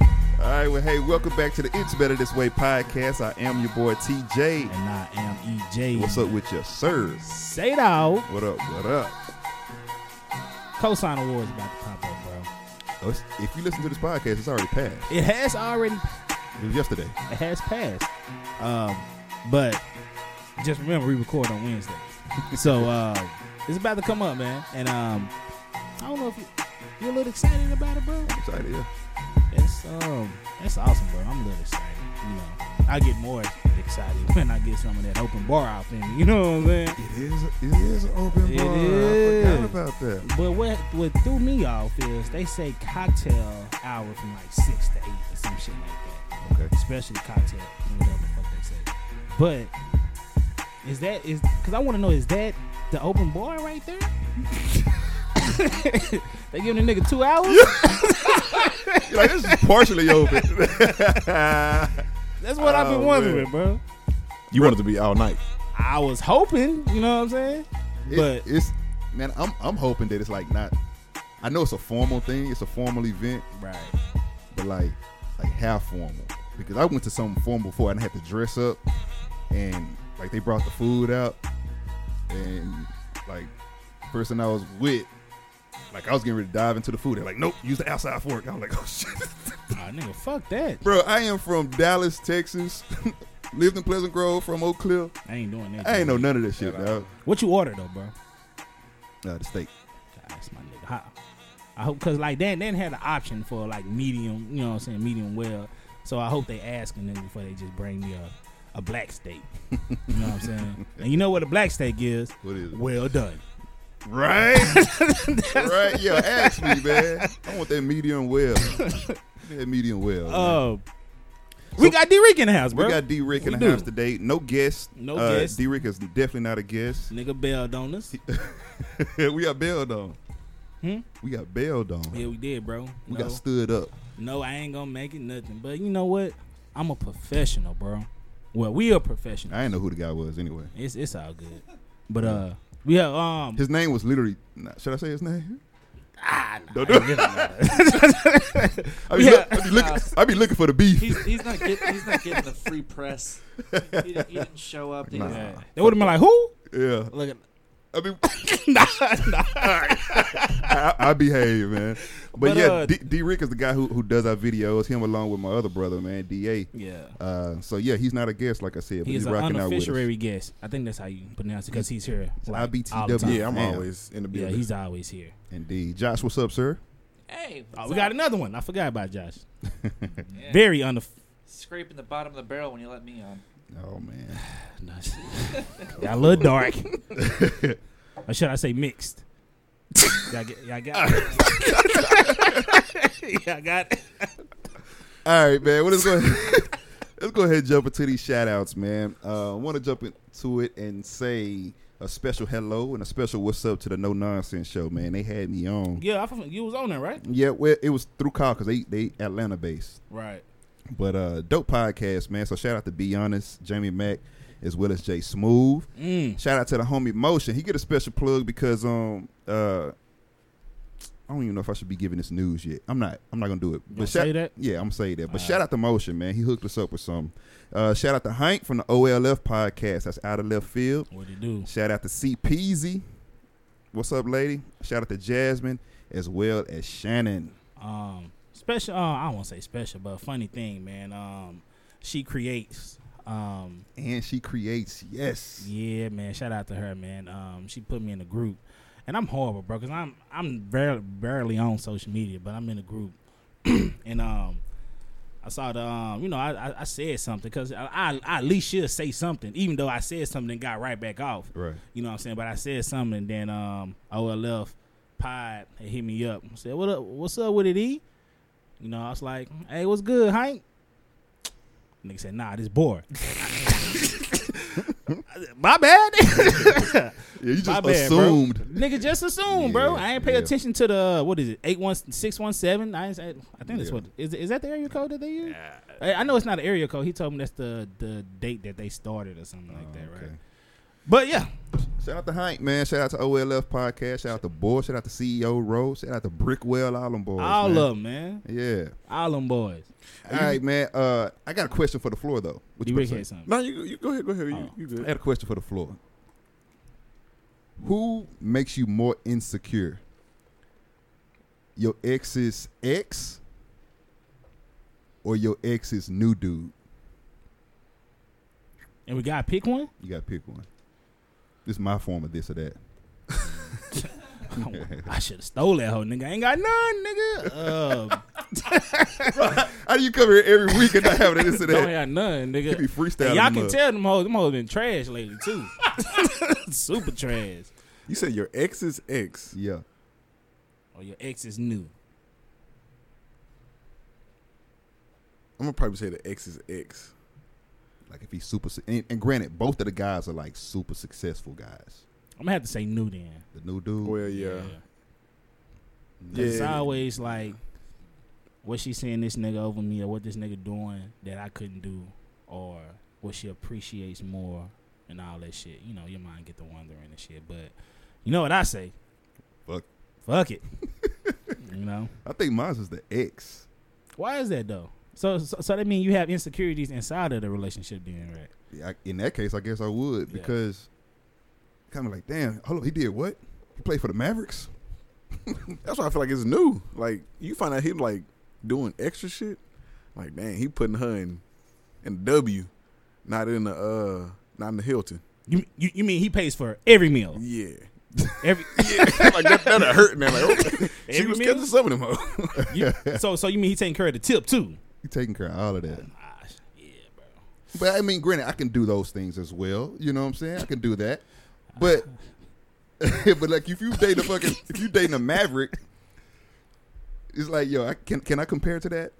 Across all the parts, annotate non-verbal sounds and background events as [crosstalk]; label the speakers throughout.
Speaker 1: right, well, hey, welcome back to the It's Better This Way podcast. I am your boy TJ.
Speaker 2: And I am EJ.
Speaker 1: What's up with your sirs?
Speaker 2: Say it out.
Speaker 1: What up? What up?
Speaker 2: Cosign Awards about to pop up, bro.
Speaker 1: Oh, it's- If you listen to this podcast, it's already passed.
Speaker 2: It has already
Speaker 1: It was yesterday.
Speaker 2: it has passed. Um, but just remember we record on
Speaker 1: [laughs]
Speaker 2: Wednesday. so uh it's about to come up, man. And um I don't know if you you're a little excited about it, bro.
Speaker 1: Excited, yeah.
Speaker 2: It's um that's awesome, bro. I'm a little excited, you know. I get more excited [laughs] when I get some of that open bar out in me, you know what I'm saying?
Speaker 1: It is. It is an open
Speaker 2: It
Speaker 1: bar. I
Speaker 2: is.
Speaker 1: forgot about that.
Speaker 2: But what what threw me off is they say cocktail hour from like six to eight or some shit like that.
Speaker 1: Okay.
Speaker 2: Especially cocktail, whatever the fuck they say. But is that is because I want to know is that the open bar right there? [laughs] they giving a nigga
Speaker 1: [laughs]
Speaker 2: two hours?
Speaker 1: You're like this is partially [laughs] open.
Speaker 2: That's what I've
Speaker 1: Oh,
Speaker 2: been wondering, bro.
Speaker 3: You wanted to be all night.
Speaker 2: I was hoping, you know what I'm saying?
Speaker 1: It-
Speaker 2: But
Speaker 1: it's man, I'm I'm hoping that it's like not. I know it's a formal thing. It's a formal event,
Speaker 2: right,
Speaker 1: but like like half formal because I went to something formal before and I had to dress up, and like they brought the food out, and like person I was with. Like I was getting ready to dive into the food. They're like, "Nope, use the outside fork." I was like, [laughs] "Oh shit!"
Speaker 2: Ah, nigga, fuck that.
Speaker 1: Bro, I am from Dallas, Texas. [laughs] Lived in Pleasant Grove from Oak Cliff.
Speaker 2: I ain't doing that.
Speaker 1: I ain't know
Speaker 2: dude.
Speaker 1: none of that shit, dog.
Speaker 2: What you order though, bro?
Speaker 1: Nah, the steak.
Speaker 2: That's my nigga. I, I hope because like they, they didn't have the option for like medium, you know what I'm saying, medium well. So I hope they ask a nigga before they just bring me a, a black steak. [laughs] You know what I'm saying? and you know what a black steak is?
Speaker 1: What is it?
Speaker 2: Well done.
Speaker 1: Right? [laughs] right? Yeah, ask me, man. I want that medium well. that medium well. man.
Speaker 2: Uh, we got D Rick in the house,
Speaker 1: we
Speaker 2: bro.
Speaker 1: got D Rick in the
Speaker 2: we
Speaker 1: house
Speaker 2: do.
Speaker 1: today. No guest.
Speaker 2: No
Speaker 1: uh,
Speaker 2: guest.
Speaker 1: D Rick is definitely not a guest.
Speaker 2: nigga bailed on us.
Speaker 1: [laughs] we got bailed on.
Speaker 2: Hmm?
Speaker 1: We got bailed on.
Speaker 2: Yeah, we did, bro.
Speaker 1: We
Speaker 2: no,
Speaker 1: got stood up.
Speaker 2: no, I ain't gonna make it nothing. But you know what? I'm a professional, bro. Well, we are professional.
Speaker 1: I didn't know who the guy was anyway.
Speaker 2: It's it's all good. But uh, we have um.
Speaker 1: His name was literally. Nah, should I say his name?
Speaker 2: Ah, nah,
Speaker 1: Don't do-
Speaker 2: I really don't know.
Speaker 1: [laughs] I be,
Speaker 2: Yeah.
Speaker 1: look, I, be looking, I be looking for the beef.
Speaker 4: He's, he's not get, he's not getting the free press. He didn't, he didn't show up. He didn't-
Speaker 2: Yeah. They would have been like, who?
Speaker 1: yeah.
Speaker 4: Look at
Speaker 1: I mean,
Speaker 2: [laughs] nah, nah.
Speaker 1: I, I behave, man. But,
Speaker 2: But,
Speaker 1: yeah,
Speaker 2: uh,
Speaker 1: D, D Rick is the guy who, who does our videos. Him along with my other brother, man, Da.
Speaker 2: Yeah.
Speaker 1: Uh, so yeah, he's not a guest, like I said, but
Speaker 2: He
Speaker 1: he's
Speaker 2: is an
Speaker 1: rocking out with us.
Speaker 2: unofficiary guest. I think that's how you pronounce it because he's here. Like, all the
Speaker 1: IBTW.
Speaker 2: time.
Speaker 3: Yeah, I'm
Speaker 1: Damn.
Speaker 3: always in the
Speaker 2: Yeah,
Speaker 3: building.
Speaker 2: he's always here.
Speaker 1: Indeed, Josh, what's up, sir?
Speaker 4: hey,
Speaker 2: Oh,
Speaker 4: what's
Speaker 2: we got
Speaker 4: up?
Speaker 2: another one. I forgot about Josh.
Speaker 4: Yeah,
Speaker 2: Very unof.
Speaker 4: scraping the bottom of the barrel when you let me on.
Speaker 1: Oh man,
Speaker 2: [laughs] Nice. Got a little dark.
Speaker 1: [laughs]
Speaker 2: or should I say mixed? y'all, get, y'all
Speaker 1: [laughs]
Speaker 2: got [laughs] it. y'all got it.
Speaker 1: all right, man. Well, let's go.
Speaker 2: [laughs]
Speaker 1: let's go ahead and jump into these shout outs, man. Uh, I want to jump into it and say a special hello and a special what's up to the No Nonsense Show, man. They had me on.
Speaker 2: Yeah, I, forgot- you was on there, right?
Speaker 1: Yeah, well, it was through Kyle because they they Atlanta based.
Speaker 2: Right.
Speaker 1: But uh dope podcast, man. So shout out to Be Honest, Jamie Mack, as well as Jay Smooth.
Speaker 2: Mm.
Speaker 1: Shout out to the homie Motion. He get a special plug because um uh I don't even know if I should be giving this news yet. I'm not. I'm not gonna do it.
Speaker 2: You
Speaker 1: But
Speaker 2: gonna
Speaker 1: shout,
Speaker 2: say that?
Speaker 1: yeah, I'm gonna say that. But
Speaker 2: Alright.
Speaker 1: shout out to Motion, man. He hooked us up with something. Uh, shout out to Hank from the OLF podcast. That's out of left field.
Speaker 2: What it do?
Speaker 1: Shout out to C Peasy. What's up, lady? Shout out to Jasmine as well as Shannon.
Speaker 2: um special uh, I won't say special, but funny thing, man. Um she creates um
Speaker 1: And she creates. Yes.
Speaker 2: yeah, man. Shout out to her, man. Um she put me in a group. And I'm horrible, bro, cuz I'm I'm barely, barely on social media, but I'm in a group. [clears throat] and um I saw the um you know, I I, I said something cuz I, I I at least should say something even though I said something and got right back off.
Speaker 1: Right.
Speaker 2: You know what I'm saying? But I said something, and then um, OLF Pod they hit me up. said, "What up? What's up with it, E?" You know, I was like, "Hey, what's good, Hank?" Nigga said, "Nah, this boy." [laughs] My bad,
Speaker 1: Yeah, you
Speaker 2: My
Speaker 1: just
Speaker 2: bad, bro.
Speaker 1: assumed.
Speaker 2: nigga. Just assume, bro.
Speaker 1: Yeah,
Speaker 2: I ain't pay
Speaker 1: yeah.
Speaker 2: attention to the what is it eight one six one seven. I ain't, I think that's
Speaker 1: Yeah.
Speaker 2: what is. Is that the area code that they use?
Speaker 1: Oh,
Speaker 2: Hey, I know it's not an area code. He told me that's the the date that they started or something like that, right? But yeah,
Speaker 1: Shout out to Hank, man. Shout out to OLF Podcast. Shout out to Boy. Shout out to CEO Rose. Shout out to Brickwell Island Boys.
Speaker 2: all
Speaker 1: man.
Speaker 2: of them, man.
Speaker 1: Yeah.
Speaker 2: All them boys.
Speaker 1: All right, man. Uh, I got a question for the floor though. What
Speaker 2: D
Speaker 1: you
Speaker 2: Rick
Speaker 1: gonna
Speaker 2: had
Speaker 1: say?
Speaker 2: something.
Speaker 3: No, you, you go ahead, go ahead. You,
Speaker 2: Oh.
Speaker 3: you
Speaker 1: I
Speaker 3: good.
Speaker 1: got a question for the floor. Who makes you more insecure? Your ex's ex, or your ex's new dude?
Speaker 2: And we gotta pick one.
Speaker 1: You got to pick one. This is my form of this or
Speaker 2: [laughs]
Speaker 1: that.
Speaker 2: Oh, I should have stole that hoe, nigga. I ain't got none, nigga. Uh,
Speaker 1: How do you come here every week and not have this or
Speaker 2: don't
Speaker 1: that?
Speaker 2: have none,
Speaker 1: You be
Speaker 2: nigga.
Speaker 1: freestyling.
Speaker 2: And y'all
Speaker 1: them
Speaker 2: can
Speaker 1: up.
Speaker 2: tell them hoes. Them hoes been trash lately too. Super trash.
Speaker 3: You said your ex's ex.
Speaker 1: Yeah.
Speaker 2: Or Oh, your ex is new.
Speaker 3: I'm gonna probably say the ex's ex.
Speaker 1: Like if he's super, su- and, and granted, both of the guys are like super successful guys.
Speaker 2: I'm gonna have to say new then.
Speaker 1: The new dude,
Speaker 3: Well, Oh, yeah,
Speaker 2: 'Cause It's
Speaker 3: Yeah.
Speaker 2: always like what she seeing this nigga over me or what this nigga doing that I couldn't do or what she appreciates more and all that shit. You know, your mind get to wondering and shit. But you know what I say?
Speaker 1: Fuck.
Speaker 2: Fuck [laughs] it. you know?
Speaker 1: I think mine's is the ex.
Speaker 2: Why is that though? So, so so that mean you have insecurities inside of the relationship then, right?
Speaker 1: Yeah, I, in that case, I guess I would
Speaker 2: Yeah.
Speaker 1: because kind of like, damn, hold on, he did what? He played for the Mavericks.
Speaker 3: that's why I feel like it's new. Like you find out him like doing extra shit. Like man, he putting her in in the W, not in the uh, not in the Hilton.
Speaker 2: You, you you mean he pays for every [laughs] meal?
Speaker 3: Yeah, [laughs]
Speaker 2: Every
Speaker 3: yeah, like that, that hurt, man. Like
Speaker 2: [laughs]
Speaker 3: oh, she
Speaker 2: Every
Speaker 3: was
Speaker 2: meal?
Speaker 3: catching some of them. hoes.
Speaker 2: you, so so you mean he taking care of the tip too?
Speaker 1: He taking care of all of that.
Speaker 2: Ah, sh- yeah, bro.
Speaker 1: But I mean, granted, I can do those things as well. You know what I'm saying? I can do that. But [laughs] but like if you date a fucking if you dating a Maverick, it's like yo, I can can I compare to that?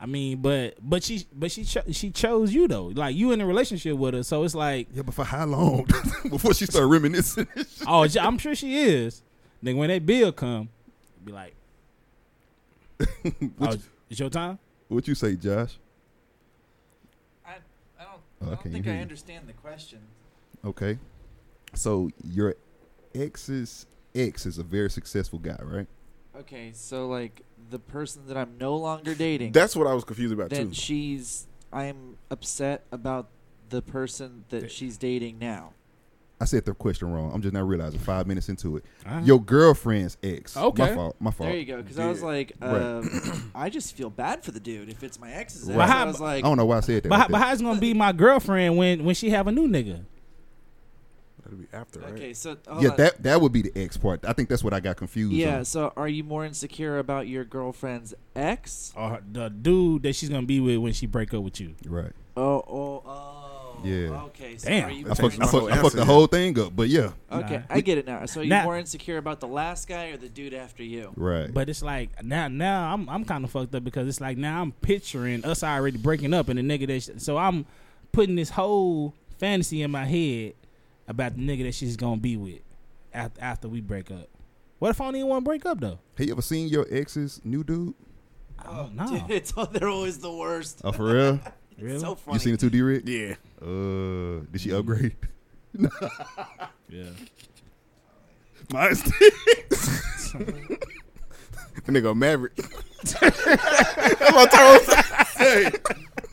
Speaker 2: I mean, but but she but she cho- she chose you though. Like you in a relationship with her, so it's like,
Speaker 1: Yeah, but for how long [laughs] before she start reminiscing? [laughs]
Speaker 2: oh, j- I'm sure she is. Then when that bill come, be like, oh,
Speaker 1: [laughs] what,
Speaker 2: it's your time.
Speaker 1: what you say, Josh?
Speaker 4: I, I don't,
Speaker 1: Oh, I
Speaker 4: I
Speaker 1: can't
Speaker 4: don't think
Speaker 1: hear
Speaker 4: I
Speaker 1: you.
Speaker 4: understand the question.
Speaker 1: Okay. So your ex's ex is a very successful guy, right?
Speaker 4: Okay, so like the person that I'm no longer dating,
Speaker 3: That's what I was confused about
Speaker 4: then
Speaker 3: too.
Speaker 4: she's, I'm upset about the person
Speaker 2: That-
Speaker 4: that she's dating now.
Speaker 1: I said the question wrong. I'm just now realizing five minutes into it. Your girlfriend's ex. My
Speaker 2: Uh-huh. Okay.
Speaker 1: fault. My fault.
Speaker 4: There you go. Because I was
Speaker 3: Yeah.
Speaker 4: like,
Speaker 1: Right.
Speaker 4: uh, [coughs] I just feel bad for the dude if it's my ex's. ex.
Speaker 1: Right.
Speaker 4: So I was
Speaker 1: I
Speaker 4: like,
Speaker 1: don't know why I said that.
Speaker 2: but,
Speaker 1: like
Speaker 2: how,
Speaker 1: that.
Speaker 2: but how's gonna be my girlfriend when when she have a new nigga?
Speaker 3: That'll be after, right?
Speaker 4: okay, so hold
Speaker 1: yeah,
Speaker 4: on.
Speaker 1: that that would be the ex part. I think that's what I got confused.
Speaker 4: yeah.
Speaker 1: on.
Speaker 4: So are you more insecure about your girlfriend's ex?
Speaker 2: Or her- the dude that she's gonna be with when she break up with you?
Speaker 1: Right.
Speaker 4: Oh, oh, oh.
Speaker 1: Yeah.
Speaker 4: Okay. So
Speaker 2: Damn.
Speaker 4: Are you
Speaker 1: I
Speaker 4: more
Speaker 3: changed
Speaker 1: fucked,
Speaker 3: my
Speaker 1: I,
Speaker 4: ins-
Speaker 3: whole
Speaker 1: fucked, I
Speaker 3: answer,
Speaker 1: fucked the
Speaker 3: yeah.
Speaker 1: whole thing up. But yeah.
Speaker 4: okay,
Speaker 2: Nah.
Speaker 4: I get it now. So you're
Speaker 2: Nah.
Speaker 4: more insecure about the last guy or the dude after you?
Speaker 1: Right.
Speaker 2: But it's like now now I'm I'm kind of fucked up because it's like now I'm picturing us already breaking up and the nigga that sh- so I'm putting this whole fantasy in my head about the nigga that she's gonna be with after after we break up. What if I don't even want to break up though?
Speaker 1: Have you ever seen your ex's new dude?
Speaker 2: I don't know.
Speaker 4: [laughs] Dude, it's they're always the worst.
Speaker 1: Oh, for
Speaker 2: [laughs]
Speaker 1: real?
Speaker 2: Really?
Speaker 4: So
Speaker 1: you
Speaker 4: funny.
Speaker 1: seen it too, D. Rick?
Speaker 3: Yeah.
Speaker 1: Uh, did she upgrade?
Speaker 2: yeah.
Speaker 1: Mine's
Speaker 3: The nigga a Maverick.
Speaker 1: hey,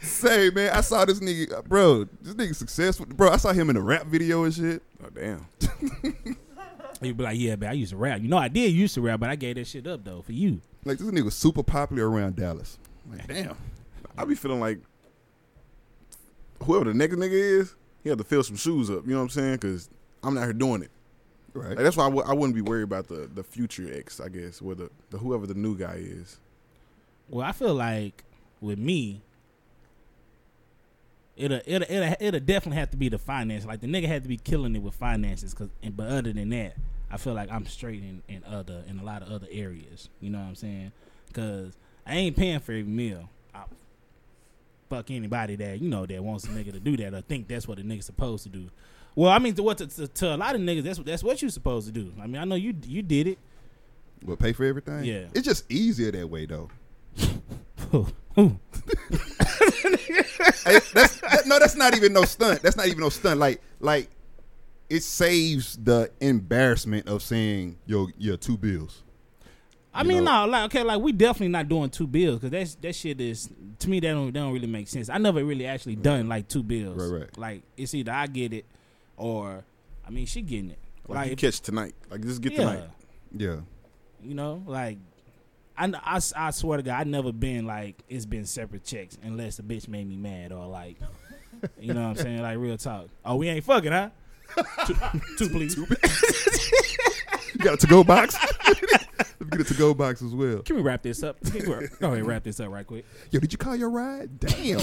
Speaker 1: say man, I saw this nigga, uh, bro. This nigga successful, bro. I saw him in a rap video and shit.
Speaker 3: Oh damn.
Speaker 2: You'd be like, yeah, man, I used to rap. You know, I did used to rap, but I gave that shit up though for you.
Speaker 1: Like this nigga was super popular around Dallas. Like, damn.
Speaker 3: I be feeling like whoever the next nigga is, he have to fill some shoes up. You know what I'm saying? Because I'm not here doing it.
Speaker 1: Right.
Speaker 3: Like, that's why I w- I wouldn't be worried about the, the future ex, I guess, or the, the whoever the new guy is.
Speaker 2: Well, I feel like with me, it'll it'll it'll, it'll definitely have to be the finance. Like the nigga had to be killing it with finances. Cause and, but other than that, I feel like I'm straight in, in other in a lot of other areas. You know what I'm saying? Cause I ain't paying for every meal. I, fuck anybody that you know that wants a nigga to do that or think that's what a nigga's supposed to do. Well, I mean, to what to, to, to a lot of niggas, that's what that's what you supposed to do. I mean, I know you you did it.
Speaker 1: But pay for everything.
Speaker 2: Yeah.
Speaker 1: It's just easier that way though. Hey, that's, that- no, that's not even no stunt. That's not even no stunt. Like like it saves the embarrassment of saying yo yeah two bills.
Speaker 2: I
Speaker 1: You
Speaker 2: mean,
Speaker 1: know-
Speaker 2: no, like okay, like we definitely not doing two bills because that's that shit is to me that don't that don't really make sense. I never really actually done like two bills.
Speaker 1: Right, right.
Speaker 2: Like it's either I get it or I mean she getting it.
Speaker 3: Like, you
Speaker 2: Like,
Speaker 3: catch tonight. Like just get
Speaker 2: yeah,
Speaker 3: tonight.
Speaker 1: Yeah,
Speaker 2: you know, like I, kn- I s- I swear to God, I never been like it's been separate checks unless the bitch made me mad or
Speaker 1: [laughs]
Speaker 2: like. You know what I'm saying? Like real talk. Oh, we ain't fucking, huh?
Speaker 1: [laughs]
Speaker 2: two, two please.
Speaker 1: you got a to go [laughs] box. Let me get a to go box as well.
Speaker 2: Can we wrap this up? Can we- Go ahead, wrap this up right quick.
Speaker 1: Yo, did you call your ride? [laughs] Damn,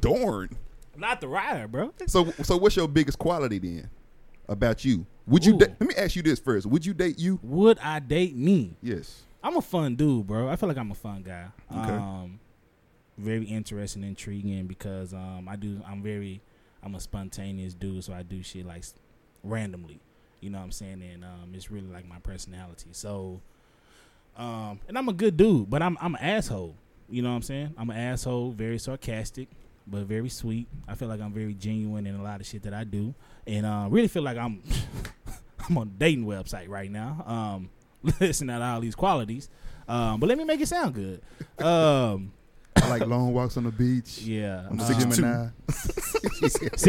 Speaker 1: darn.
Speaker 2: Not the rider, bro.
Speaker 1: So so what's your biggest quality then about you? Would you
Speaker 2: Ooh.
Speaker 1: da- let me ask you this first? Would you date you?
Speaker 2: Would I date me?
Speaker 1: Yes.
Speaker 2: I'm a fun dude, bro. I feel like I'm a fun guy.
Speaker 1: Okay.
Speaker 2: Um, very interesting, intriguing because um, I do. I'm very. I'm a spontaneous dude, so I do shit like s- randomly. You know what I'm saying? And um, it's really like my personality. So, um, and I'm a good dude, but I'm I'm an asshole. You know what I'm saying? I'm an asshole, very sarcastic, but very sweet. I feel like I'm very genuine in a lot of shit that I do, and uh, really feel like I'm [laughs] I'm on a dating website right now. Um, [laughs] listening out all these qualities, um, but let me make it sound good. Um,
Speaker 1: I [laughs] like long walks on the beach.
Speaker 2: yeah,
Speaker 1: I'm
Speaker 2: uh,
Speaker 1: six
Speaker 2: six [laughs]
Speaker 1: and nine.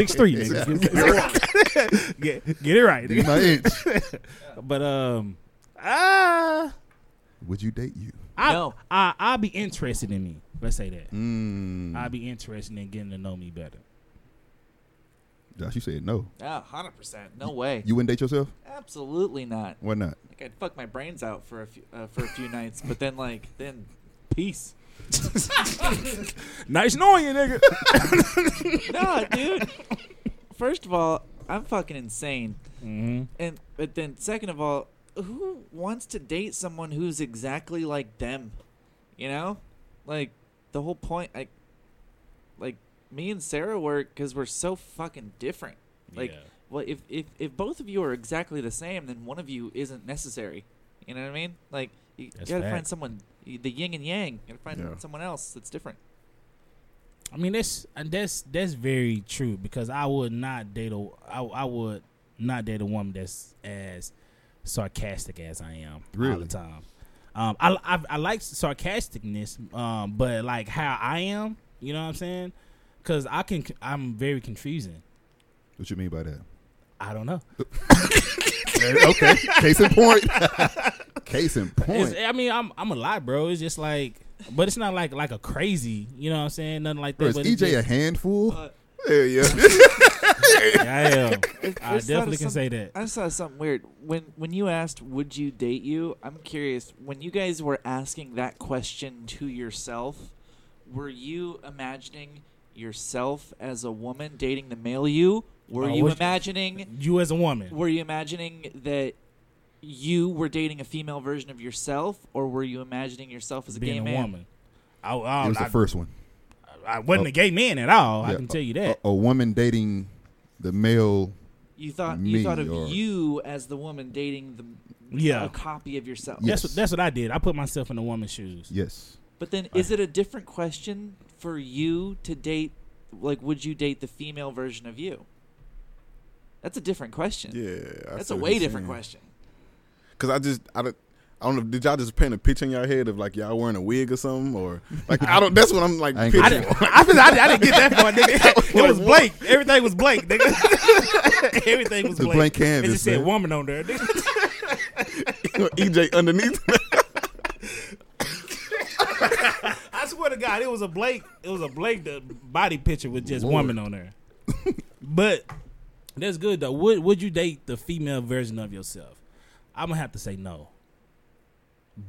Speaker 2: three, nigga. Get, get it right,
Speaker 1: Dig
Speaker 2: nigga.
Speaker 1: [laughs] my inch.
Speaker 2: but um, ah,
Speaker 1: Would you date you?
Speaker 2: I,
Speaker 4: No.
Speaker 2: I I'll be interested in me. Let's say that.
Speaker 1: Mm.
Speaker 2: I'll be interested in getting to know me better. [laughs]
Speaker 1: Josh, you said no.
Speaker 4: Yeah, hundred percent. No way.
Speaker 1: You wouldn't date yourself?
Speaker 4: Absolutely not.
Speaker 1: Why not?
Speaker 4: Like I'd fuck my brains out for a few uh, for a few nights, but then like then peace.
Speaker 2: Nice knowing you, nigga.
Speaker 4: No, dude.
Speaker 1: [laughs]
Speaker 4: First of all, I'm fucking insane,
Speaker 2: mm-hmm.
Speaker 4: and but then second of all, who wants to date someone who's exactly like them? You know, like the whole point. Like, like me and Sarah were because we're so fucking different. Like,
Speaker 2: Yeah.
Speaker 4: well, if if if both of you are exactly the same, then one of you isn't necessary. You know what I mean? Like, you
Speaker 2: That's
Speaker 4: gotta
Speaker 2: fact.
Speaker 4: find someone. The yin and yang. You gotta find
Speaker 3: Yeah.
Speaker 4: someone else that's different.
Speaker 2: I mean that's and that's that's very true because I would not date a I, I would not date a woman that's as sarcastic as I am all
Speaker 1: Really?
Speaker 2: the time. Um, I, I I like sarcasticness, um, but like how I am, you know what I'm saying? Because I can I'm very confusing.
Speaker 1: What you mean by [laughs] that?
Speaker 2: I don't know.
Speaker 1: okay. Case in point. [laughs] Case in point.
Speaker 2: It's, I mean I'm I'm a lot, bro. It's just like, but it's not like like a crazy, you know what I'm saying? Nothing like
Speaker 1: Bro,
Speaker 2: that.
Speaker 1: is E
Speaker 2: but it's
Speaker 1: EJ a
Speaker 2: just-
Speaker 1: handful?
Speaker 4: Uh,
Speaker 3: Hell
Speaker 1: [laughs]
Speaker 3: yeah.
Speaker 2: Yeah, I am.
Speaker 4: [laughs]
Speaker 2: I
Speaker 4: It's- it's not
Speaker 2: definitely can
Speaker 4: some-
Speaker 2: say that.
Speaker 4: I saw something weird when when you asked, "Would you date you?" I'm curious. When you guys were asking that question to yourself, were you imagining yourself as a woman dating the male you? Were
Speaker 2: Oh,
Speaker 4: you
Speaker 2: what-
Speaker 4: imagining?
Speaker 2: You as a woman.
Speaker 4: Were you imagining that you were dating a female version of yourself, or were you imagining yourself as a
Speaker 2: being
Speaker 4: gay
Speaker 2: a
Speaker 4: man?
Speaker 2: woman. I, I,
Speaker 1: it was
Speaker 2: I,
Speaker 1: the first one.
Speaker 2: I wasn't a gay man at all. I
Speaker 1: Yeah, Uh,
Speaker 2: can tell you that.
Speaker 1: A, a woman dating the male.
Speaker 4: You thought
Speaker 1: Me
Speaker 4: you thought of
Speaker 1: or-
Speaker 4: you as the woman dating the
Speaker 2: Yeah.
Speaker 4: a copy of yourself.
Speaker 2: that's
Speaker 1: Yes.
Speaker 2: what that's what I did. I put myself in a woman's shoes.
Speaker 1: Yes.
Speaker 4: But then, is it a different question for you to date? Like, would you date the female version of you? That's a different question.
Speaker 3: Yeah.
Speaker 4: That's a way different question.
Speaker 3: Cause I just I don't. I don't know. Did y'all just paint a picture in your head of like y'all wearing a wig or something, or like I don't. That's what I'm
Speaker 1: [laughs]
Speaker 3: like
Speaker 1: I ain't
Speaker 2: I
Speaker 3: picturing.
Speaker 2: didn't, I, didn't, I, didn't, I didn't get that
Speaker 1: [laughs]
Speaker 2: far, nigga. It was blank. Everything was blank, nigga. [laughs] Everything
Speaker 1: It's
Speaker 2: was
Speaker 1: a
Speaker 2: blank.
Speaker 1: blank
Speaker 2: It
Speaker 1: canvas,
Speaker 2: just said
Speaker 1: man.
Speaker 2: woman on there. nigga. [laughs]
Speaker 3: [laughs] EJ E underneath.
Speaker 4: [laughs]
Speaker 2: I swear to God, it was a blank. It was a blank the body picture with just
Speaker 1: Lord.
Speaker 2: woman on
Speaker 1: [laughs]
Speaker 2: there. but that's good though. Would would you date the female version of yourself? I'm gonna have to say no.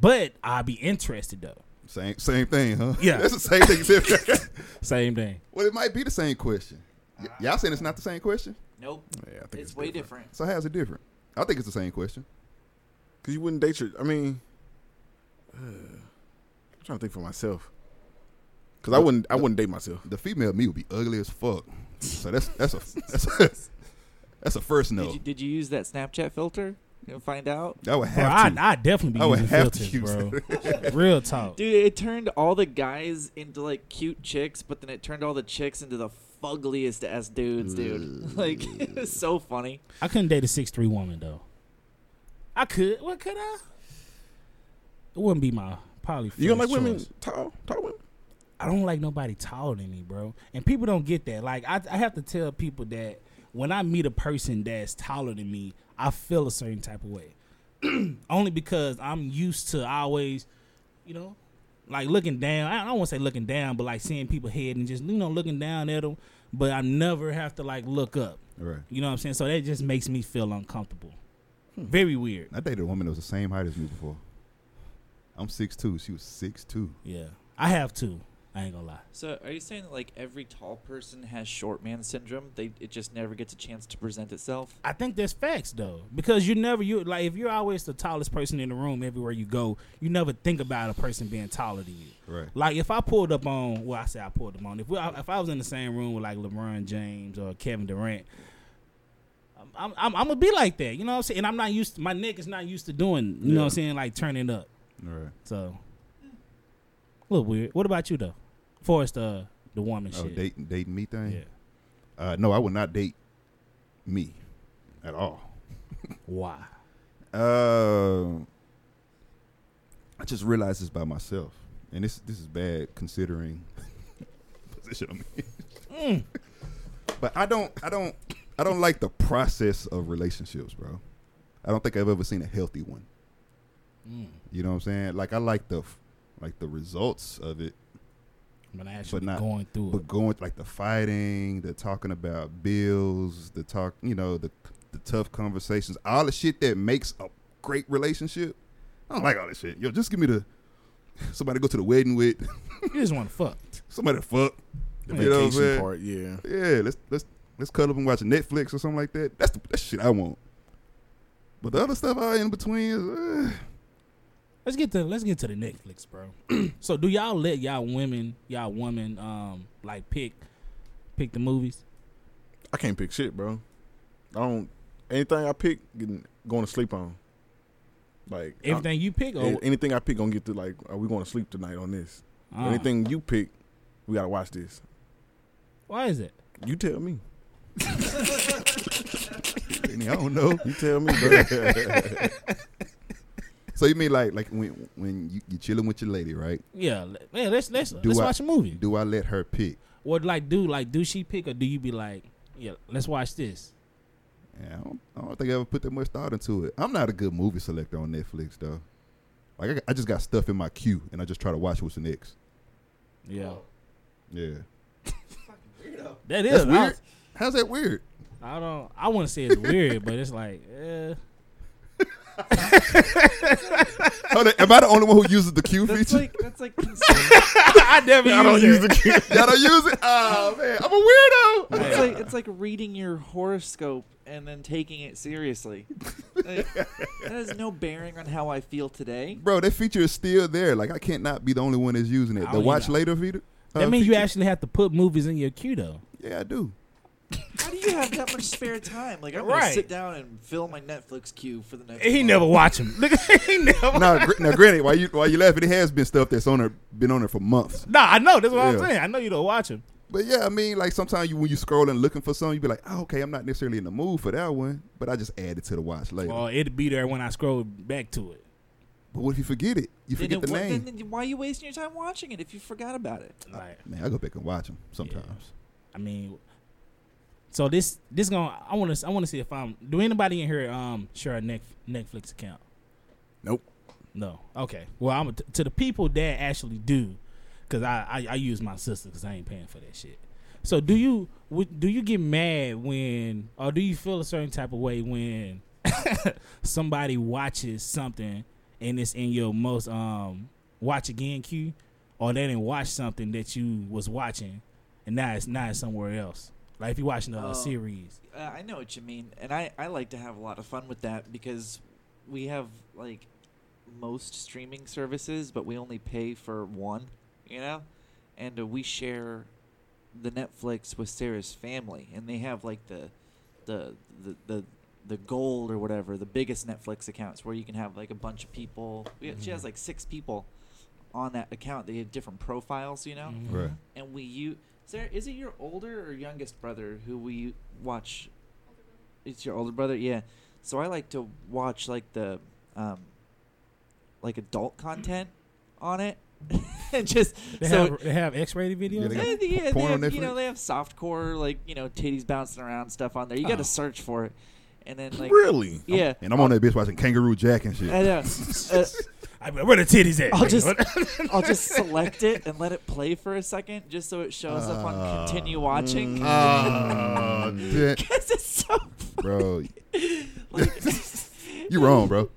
Speaker 2: But I'd be interested though.
Speaker 1: Same same thing, huh?
Speaker 2: Yeah.
Speaker 1: [laughs] That's the same thing. except-
Speaker 2: Same thing.
Speaker 1: [laughs] well, it might be the same question. Y- y'all saying it's not the same question?
Speaker 4: Nope,
Speaker 3: Yeah, I think
Speaker 4: it's, way different.
Speaker 1: So how's it different? I think it's the same question.
Speaker 3: Cause you wouldn't date your. I mean, uh, I'm trying to think for myself. Cause I wouldn't. I wouldn't date myself.
Speaker 1: The female me would be ugly as fuck. So that's that's a [laughs] that's a, that's a first
Speaker 4: Did,
Speaker 1: no.
Speaker 4: you, did you use that Snapchat filter? You'll find out.
Speaker 1: I would
Speaker 2: Bro,
Speaker 1: have
Speaker 2: I,
Speaker 1: to.
Speaker 2: I definitely be
Speaker 1: I would
Speaker 2: using
Speaker 1: have to
Speaker 2: filters,
Speaker 1: use
Speaker 2: bro.
Speaker 1: [laughs]
Speaker 2: Real talk.
Speaker 4: Dude, it turned all the guys into like cute chicks, but then it turned all the chicks into the fuggliest ass dudes, dude. [laughs] Like it was so funny.
Speaker 2: I couldn't date a six three woman though. I could. What could I? It wouldn't be my probably.
Speaker 3: You don't like
Speaker 2: first
Speaker 3: women
Speaker 2: choice.
Speaker 3: tall, tall women?
Speaker 2: I don't like nobody taller than me, bro. And people don't get that. Like I, I have to tell people that when I meet a person that's taller than me, I feel a certain type of way. [clears throat] Only because I'm used to always, you know, like looking down. I don't want to say looking down, but like seeing people head and just you know looking down at them. But I never have to like look up.
Speaker 1: Right.
Speaker 2: You know what I'm saying? So that just makes me feel uncomfortable. Very weird.
Speaker 1: I dated a woman that was the same height as me before. I'm 6'2". She was 6'2".
Speaker 2: Yeah, I have to. I ain't gonna lie.
Speaker 4: So are you saying that like every tall person has short man syndrome? They it just never gets a chance to present itself.
Speaker 2: I think that's facts though, because you never you like if you're always the tallest person in the room everywhere you go, you never think about a person being taller than you.
Speaker 1: Right.
Speaker 2: Like if I pulled up on, well, I say I pulled them on. If we, if I was in the same room with like LeBron James or Kevin Durant, I'm, I'm, I'm, I'm gonna be like that. You know what I'm saying? And I'm not used. To, my neck is not used to doing. You know what I'm
Speaker 1: Yeah.
Speaker 2: saying? Like turning up.
Speaker 1: Right.
Speaker 2: So, a little weird. What about you though? Forrest, uh, the woman
Speaker 1: Oh,
Speaker 2: shit.
Speaker 1: dating dating me thing.
Speaker 2: yeah.
Speaker 1: Uh, no, I would not date me at all.
Speaker 2: Why?
Speaker 1: Uh, I just realized this by myself, and this this is bad considering [laughs] position I'm in.
Speaker 2: Mm.
Speaker 1: But I don't, I don't, I don't like the process of relationships, bro. I don't think I've ever seen a healthy one.
Speaker 2: Mm.
Speaker 1: You know what I'm saying? Like I like the, f- like the results of it,
Speaker 2: But I actually
Speaker 1: But not-
Speaker 2: going through it.
Speaker 1: but going like the fighting, the talking about bills, the talk, you know, the the tough conversations, all the shit that makes a great relationship. I don't like all this shit. Yo, just give me the [laughs] somebody to go to the wedding with, [laughs]
Speaker 2: You just want to fuck.
Speaker 1: somebody to fuck.
Speaker 3: The
Speaker 1: You know what I'm
Speaker 3: vacation
Speaker 1: saying?
Speaker 3: part, yeah.
Speaker 1: Yeah, let's let's let's cut up and watch Netflix or something like that. That's the that's shit I want. But the other stuff out in between is uh,
Speaker 2: Let's get to let's get to the Netflix, bro. [clears throat] so do y'all let y'all women, y'all women, um, like pick pick the movies?
Speaker 3: I can't pick shit, bro. I don't. Anything I pick, getting going to sleep on. Like
Speaker 1: Uh,
Speaker 3: I-
Speaker 2: Everything you pick, or
Speaker 3: a- anything I pick, gonna get to like, are we going to sleep tonight on this?
Speaker 2: Uh,
Speaker 3: Anything you pick, we gotta watch this.
Speaker 2: Why is it?
Speaker 3: You tell me.
Speaker 1: eh, I don't know.
Speaker 3: You tell me, bro.
Speaker 1: So you mean like like when when you, you chilling with your lady, right?
Speaker 2: Yeah, le- man. Let's let's
Speaker 1: Do
Speaker 2: let's
Speaker 1: I-
Speaker 2: watch a movie.
Speaker 1: Do I let her pick?
Speaker 2: Or like, do like do she pick, or do you be like, yeah, let's watch this?
Speaker 1: Yeah, I don't, I don't think I ever put that much thought into it. I'm not a good movie selector on Netflix though. Like I, got- I just got stuff in my queue and I just try to watch what's next.
Speaker 2: Yeah,
Speaker 1: Yeah,
Speaker 2: that
Speaker 1: that's
Speaker 2: is I-
Speaker 1: weird. How's that weird?
Speaker 2: I don't. I wouldn't say it's weird, but it's like, [laughs] eh.
Speaker 1: Hold on, am I the only one who uses the queue
Speaker 4: That's
Speaker 1: feature? [laughs]
Speaker 4: like that's like consent.
Speaker 2: I never.
Speaker 3: I don't use
Speaker 2: [laughs]
Speaker 3: the key.
Speaker 1: Y'all don't use it? Oh man, I'm a weirdo.
Speaker 4: it's like it's like reading your horoscope and then taking it seriously. Like, that has no bearing on how I feel today.
Speaker 1: Bro, that feature is still there. Like I can't not be the only one that's using it.
Speaker 2: I
Speaker 1: The
Speaker 2: don't
Speaker 1: watch
Speaker 2: either.
Speaker 1: later feature.
Speaker 2: Oh, That
Speaker 1: uh,
Speaker 2: means you
Speaker 1: feature?
Speaker 2: actually have to put movies in your queue, though.
Speaker 1: Yeah, I do.
Speaker 4: How do you have that much spare time? Like I'm
Speaker 2: Right.
Speaker 4: gonna sit down and fill my Netflix queue for the next.
Speaker 2: He
Speaker 4: month.
Speaker 2: never watch him. Look, [laughs] he never.
Speaker 1: now, gr- now, granted, why you why you laughing? It has been stuff that's on there, been on there for months.
Speaker 2: Nah, I know. That's what I'm
Speaker 1: Yeah.
Speaker 2: saying. I know you don't watch him.
Speaker 1: But yeah, I mean, like sometimes you when you scrolling looking for something, you be like, oh, okay, I'm not necessarily in the mood for that one, but I just add it to the watch later.
Speaker 2: Or it'd be there when I scroll back to it.
Speaker 1: but what if you forget it? You
Speaker 4: Then
Speaker 1: forget
Speaker 4: it
Speaker 1: the
Speaker 4: wa- then-
Speaker 1: name.
Speaker 4: then why are you wasting your time watching it if you forgot about it?
Speaker 2: Like,
Speaker 1: Man, I go back and watch them sometimes.
Speaker 2: I mean, so this this going I want to I want to see if I'm do anybody in here um share a Nec- Netflix account?
Speaker 3: Nope.
Speaker 2: No. Okay. Well, I'm t- to the people that actually do, because I, I I use my sister because I ain't paying for that shit. So do you would- do you get mad when or do you feel a certain type of way when [laughs] somebody watches something and it's in your most um watch again queue or they didn't watch something that you was watching and now it's now it's somewhere else. Like if you're watching a,
Speaker 4: Oh.
Speaker 2: a series.
Speaker 4: Uh, I know what you mean, and I I like to have a lot of fun with that because we have like most streaming services, but we only pay for one, you know, and uh, we share the Netflix with Sarah's family, and they have like the the the the the gold or whatever the biggest Netflix accounts where you can have like a bunch of people. We, She has
Speaker 1: Mm-hmm.
Speaker 4: like six people on that account. They have different profiles, you know
Speaker 2: Mhm.
Speaker 1: Right.
Speaker 4: and we use Sarah, is it your older or youngest brother who we watch? It's your older brother, yeah. So I like to watch like the, um, like adult content on it, [laughs] and just
Speaker 2: They
Speaker 4: so
Speaker 2: have they have X-rated videos.
Speaker 1: Yeah,
Speaker 4: they,
Speaker 1: got
Speaker 4: yeah, they
Speaker 1: porn on
Speaker 4: have, you know
Speaker 1: Netflix?
Speaker 4: they have softcore like you know titties bouncing around stuff on there. You got to
Speaker 2: Oh.
Speaker 4: search for it, and then like
Speaker 3: really?
Speaker 4: yeah,
Speaker 1: And I'm on that bitch watching Kangaroo Jack and shit. [laughs]
Speaker 2: [laughs]
Speaker 4: I know. Uh,
Speaker 2: I mean, where the titties at?
Speaker 4: I'll
Speaker 2: Wait,
Speaker 4: just
Speaker 2: what?
Speaker 4: I'll just select it and let it play for a second, just so it shows up on
Speaker 2: Uh,
Speaker 1: Ah.
Speaker 4: continue watching.
Speaker 1: Ah, damn.
Speaker 2: mm.
Speaker 4: [laughs] Because it's so
Speaker 1: bro,
Speaker 4: like, [laughs]
Speaker 1: you wrong, bro.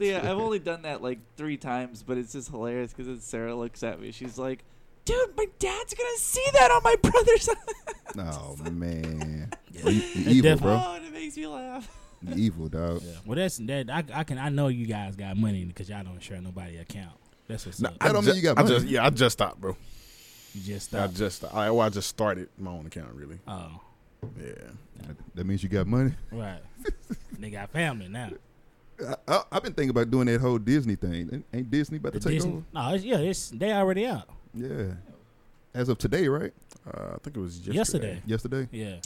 Speaker 4: yeah, I've only done that like three times, but it's just hilarious because then Sarah looks at me. She's like, "Dude, my dad's gonna see that on my brother's." [laughs]
Speaker 1: Oh man, Bro, you, you
Speaker 2: It
Speaker 1: evil,
Speaker 2: defi-
Speaker 1: bro.
Speaker 4: oh, and it makes me laugh.
Speaker 1: You evil dog.
Speaker 2: Yeah. Well, that's that. I, I can. I know you guys got money because y'all don't share nobody account. That's what's
Speaker 3: No,
Speaker 2: up.
Speaker 1: That don't
Speaker 3: ju-
Speaker 1: mean you got
Speaker 3: I
Speaker 1: money.
Speaker 3: just, yeah, I just stopped, bro.
Speaker 2: You just
Speaker 3: I
Speaker 2: stop.
Speaker 3: just, I, well, I just started my own account, really.
Speaker 2: Oh,
Speaker 3: Yeah.
Speaker 1: That means you got money.
Speaker 2: right. they got family now.
Speaker 1: I, I, I've been thinking about doing that whole Disney thing. Ain't Disney about to
Speaker 2: The
Speaker 1: take
Speaker 2: Disney. No, it's, yeah, it's they already out.
Speaker 1: over? Yeah. As of today, right?
Speaker 3: Uh, I think it was yesterday.
Speaker 2: Yesterday.
Speaker 1: Yesterday.
Speaker 2: Yeah.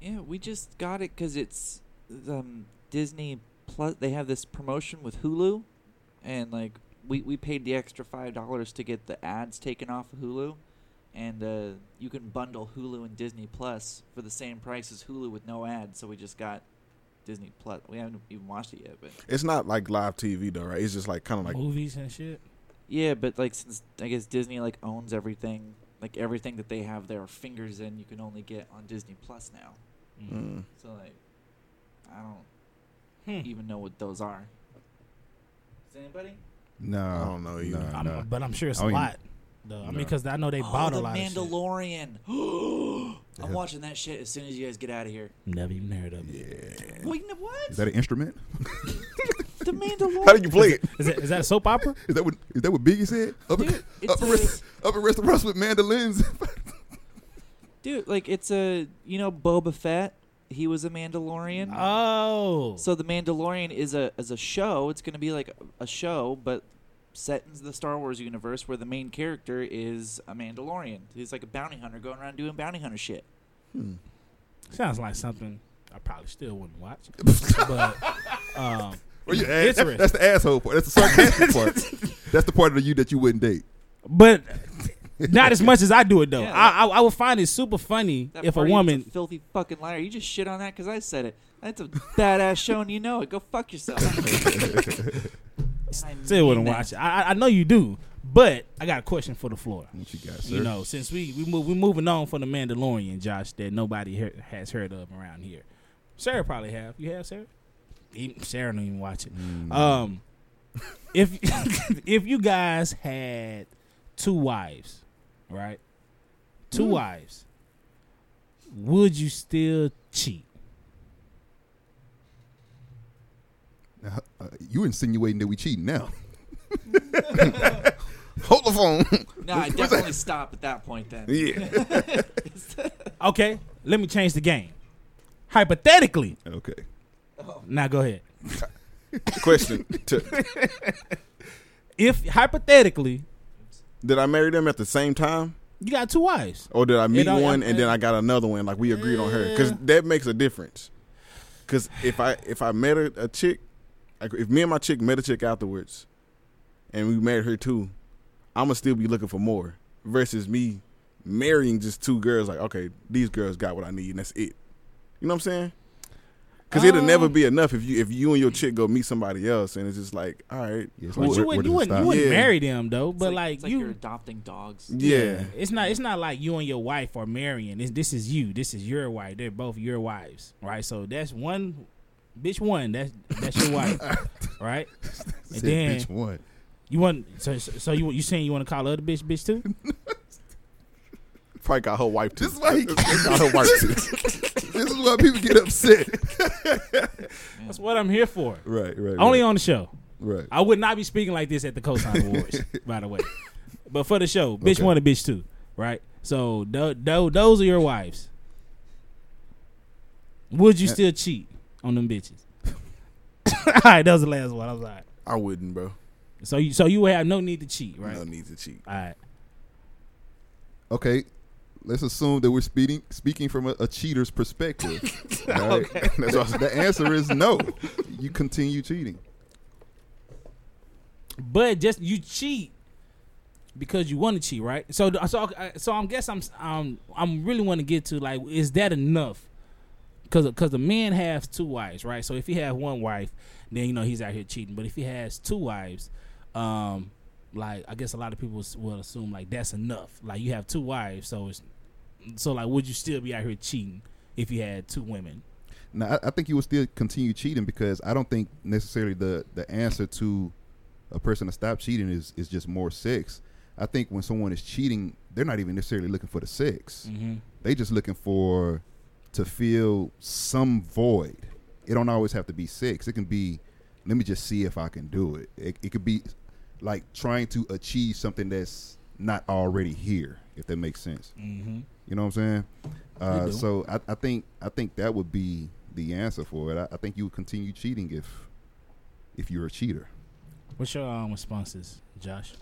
Speaker 3: Yeah.
Speaker 4: Yeah, we just got it because it's um, Disney Plus. They have this promotion with Hulu, and like we we paid the extra five dollars to get the ads taken off of Hulu, and uh, you can bundle Hulu and Disney Plus for the same price as Hulu with no ads. So we just got Disney Plus. We haven't even watched it yet, but
Speaker 3: It's not like live TV though, right? It's just like kind of like
Speaker 2: movies and shit.
Speaker 4: yeah, but like since I guess Disney like owns everything, like everything that they have their fingers in, you can only get on Disney Plus now.
Speaker 2: Mm.
Speaker 3: mm,
Speaker 4: So like, I don't
Speaker 2: Hmm.
Speaker 4: even know what those are. Does anybody?
Speaker 1: No,
Speaker 3: I don't know either.
Speaker 1: Nah,
Speaker 2: I'm-
Speaker 1: nah.
Speaker 2: But I'm sure it's
Speaker 1: I
Speaker 2: a
Speaker 1: don't even-
Speaker 2: lot. Though. I mean,
Speaker 3: No.
Speaker 2: because I know they bought a
Speaker 4: Oh, the
Speaker 2: lot of shit.
Speaker 4: Mandalorian. [gasps]
Speaker 1: Yeah.
Speaker 4: I'm watching that shit as soon as you guys get out of here.
Speaker 2: Never even heard of it.
Speaker 3: yeah.
Speaker 4: Wait, no, what?
Speaker 1: Is that an instrument?
Speaker 4: the Mandalorian.
Speaker 3: [laughs] How do you play it?
Speaker 2: Is that, is that a soap opera?
Speaker 1: [laughs] Is that what is that what Biggie said? Up in,
Speaker 4: Dude, it's
Speaker 1: up, in
Speaker 4: a-
Speaker 1: rest, up in restaurants with mandolins. [laughs]
Speaker 4: Dude, like it's a you know Boba Fett. He was a Mandalorian.
Speaker 2: Oh.
Speaker 4: so the Mandalorian is a is a show. It's gonna be like a show, but set in the Star Wars universe where the main character is a Mandalorian. He's like a bounty hunter going around doing bounty hunter shit.
Speaker 3: Hmm.
Speaker 2: Sounds like something I probably still wouldn't watch. but um,
Speaker 1: Well, you ass,
Speaker 2: Interesting.
Speaker 1: that, that's the asshole part. That's the sarcastic
Speaker 2: [laughs]
Speaker 1: part. That's the part of you that you wouldn't date.
Speaker 2: but not as much as I do it though.
Speaker 4: Yeah.
Speaker 2: I, I I would find it super funny
Speaker 4: That
Speaker 2: if a
Speaker 4: party was
Speaker 2: woman.
Speaker 4: filthy fucking liar. You just shit on that because I said it. That's a badass show, and you know it. Go fuck
Speaker 3: [laughs]
Speaker 4: yourself. And I
Speaker 2: Still wouldn't
Speaker 4: mean that.
Speaker 2: watch it. I, I- I know you do, but I got a question for the floor.
Speaker 1: What you got, sir?
Speaker 2: You know, since we we move, we moving on from the Mandalorian, Josh, that nobody he- has heard of around here. Sarah probably have. You have Sarah? Even, Sarah don't even watch it.
Speaker 1: Mm.
Speaker 2: Um, if [laughs] if you guys had two wives, right?
Speaker 4: Mm.
Speaker 2: Two wives, would you still cheat?
Speaker 1: Uh, uh, you insinuating that we cheating
Speaker 2: [laughs]
Speaker 1: now? [laughs]
Speaker 3: Hold the phone.
Speaker 4: No, I definitely stop at that point then.
Speaker 3: yeah. [laughs]
Speaker 2: Okay, let me change the game. Hypothetically,
Speaker 1: [laughs] Okay.
Speaker 2: now go ahead.
Speaker 3: Question: to,
Speaker 2: If hypothetically
Speaker 3: Did I marry them at the same time,
Speaker 2: you got two wives,
Speaker 3: or did I meet
Speaker 2: don't-
Speaker 3: one and then I got another one? Like we agreed on her, because
Speaker 2: Yeah.
Speaker 3: that makes a difference. Because if I if I met a, a chick, like if me and my chick met a chick afterwards, and we married her too, I'm gonna still be looking for more. Versus me marrying just two girls, like okay, these girls got what I need, and that's it. You know what I'm saying? Because it'll
Speaker 2: Um,
Speaker 3: never be enough if you if you and your chick go meet somebody else, and it's just like, all right,
Speaker 1: Yeah, it's
Speaker 2: but
Speaker 1: like,
Speaker 2: you
Speaker 1: where- where
Speaker 2: wouldn't
Speaker 1: does
Speaker 2: you
Speaker 1: it
Speaker 2: wouldn't,
Speaker 1: stop?
Speaker 2: you wouldn't
Speaker 3: Yeah.
Speaker 2: marry them though.
Speaker 4: It's
Speaker 2: But
Speaker 4: like,
Speaker 2: like,
Speaker 4: it's like
Speaker 2: you,
Speaker 4: you're adopting dogs.
Speaker 3: yeah.
Speaker 2: It's not. It's not like you and your wife are marrying. This this is you. This is your wife. They're both your wives, right? So that's one, bitch. One. That's that's
Speaker 1: [laughs]
Speaker 2: your wife, right?
Speaker 1: Said
Speaker 2: then-
Speaker 1: bitch
Speaker 2: [laughs]
Speaker 1: one.
Speaker 2: You want so so so you you saying you want to call the other bitch bitch too?
Speaker 3: Probably got her wiped.
Speaker 1: This is why he-
Speaker 3: [laughs] got
Speaker 1: [laughs]
Speaker 3: her wiped.
Speaker 1: This is why people get
Speaker 2: [laughs]
Speaker 1: upset.
Speaker 2: That's what I'm here for.
Speaker 1: right, right.
Speaker 2: Only
Speaker 1: right,
Speaker 2: on the show.
Speaker 1: right.
Speaker 2: I would not be speaking like this at
Speaker 1: [laughs]
Speaker 2: the Cosign Awards, by the way. But for the show, bitch
Speaker 1: Okay.
Speaker 2: one and bitch two, right? So tho- tho- those are your wives. Would you
Speaker 1: Yeah.
Speaker 2: still cheat on them bitches? [coughs] All right, that was the last one. I was like.
Speaker 3: I wouldn't, bro.
Speaker 2: So you so you would have no need to cheat, right?
Speaker 3: No need to cheat.
Speaker 2: All right.
Speaker 1: Okay, let's assume that we're speaking speaking from a, a cheater's perspective. All right? [laughs] That's awesome. The answer is no. You continue cheating.
Speaker 2: But just you cheat because you want to cheat, right? So th- so I- so I'm guess I'm I'm I'm really want to get to like is that enough? Because because the man has two wives, right? So if he has one wife, then you know he's out here cheating. But if he has two wives, um, like I guess a lot of people s- will assume like that's enough. Like you have two wives, so it's so like would you still be out here cheating if you had two women?
Speaker 1: Now, I, I think you would still continue cheating because I don't think necessarily the the answer to a person to stop cheating is is just more sex. I think when someone is cheating, they're not even necessarily looking for the sex.
Speaker 2: Mm-hmm.
Speaker 1: They just looking for to fill some void. It don't always have to be sex. It can be let me just see if I can do it. It, it could be like trying to achieve something that's not already here, if that makes sense.
Speaker 2: Mm-hmm.
Speaker 1: You know what I'm saying? Uh,
Speaker 2: do.
Speaker 1: so I, I think I think that would be the answer for it. I, I think you would continue cheating if if you're a cheater.
Speaker 2: What's your um, responses, Josh?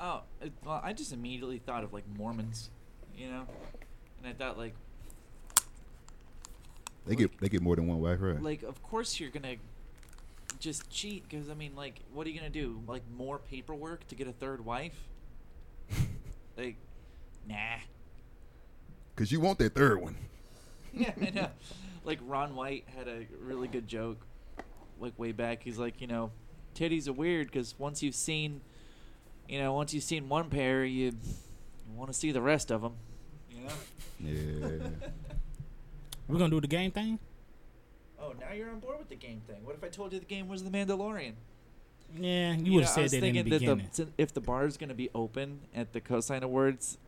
Speaker 4: Oh, it, well, I just immediately thought of like Mormons, you know, and I thought like,
Speaker 1: They get they get more than one wife, right? [laughs]
Speaker 4: like of course you're gonna just cheat because I mean, like, what are you gonna do? Like more paperwork to get a third wife? like, nah.
Speaker 1: Because you want that third one.
Speaker 4: [laughs] yeah, I know. Like Ron White had a really good joke, like way back. He's like, you know, titties are weird because once you've seen, you know, once you've seen one pair, you, you want to see the rest of them. You know.
Speaker 1: Yeah.
Speaker 2: We're gonna do the game thing.
Speaker 4: Oh, now you're on board with the game thing. What if I told you the game was The Mandalorian?
Speaker 2: Yeah, you would have
Speaker 4: know,
Speaker 2: said
Speaker 4: I was
Speaker 2: that in the
Speaker 4: thinking that
Speaker 2: beginning.
Speaker 4: sin- if the bar is going to be open at the cosign awards,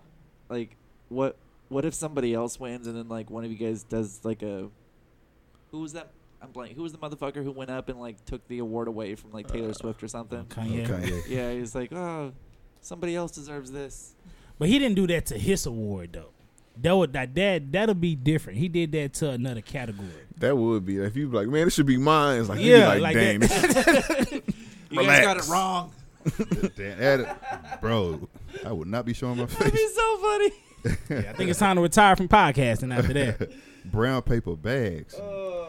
Speaker 4: like what what if somebody else wins and then like one of you guys does like a who was that? I'm blank. Who was the motherfucker who went up and like took the award away from like Taylor
Speaker 3: Uh,
Speaker 4: Swift or something?
Speaker 2: Kanye.
Speaker 1: Okay.
Speaker 4: Yeah, he was like, oh, somebody else deserves
Speaker 2: [laughs]
Speaker 4: this.
Speaker 2: But he didn't do that to his award though. That would that that that'll be different. He did that to another category.
Speaker 3: That would be if you be like, man, this should be mine. It's like, you'd be
Speaker 2: Yeah,
Speaker 3: like,
Speaker 2: like
Speaker 3: damn,
Speaker 2: that.
Speaker 3: this- [laughs]
Speaker 4: You guys got
Speaker 3: Relax.
Speaker 2: [laughs]
Speaker 4: it wrong.
Speaker 1: [laughs] Damn, that- bro, I would not be showing my
Speaker 4: That'd be
Speaker 1: face.
Speaker 4: so funny.
Speaker 2: I think it's time to retire from podcasting after [laughs] that.
Speaker 1: Brown paper bags.
Speaker 4: [laughs]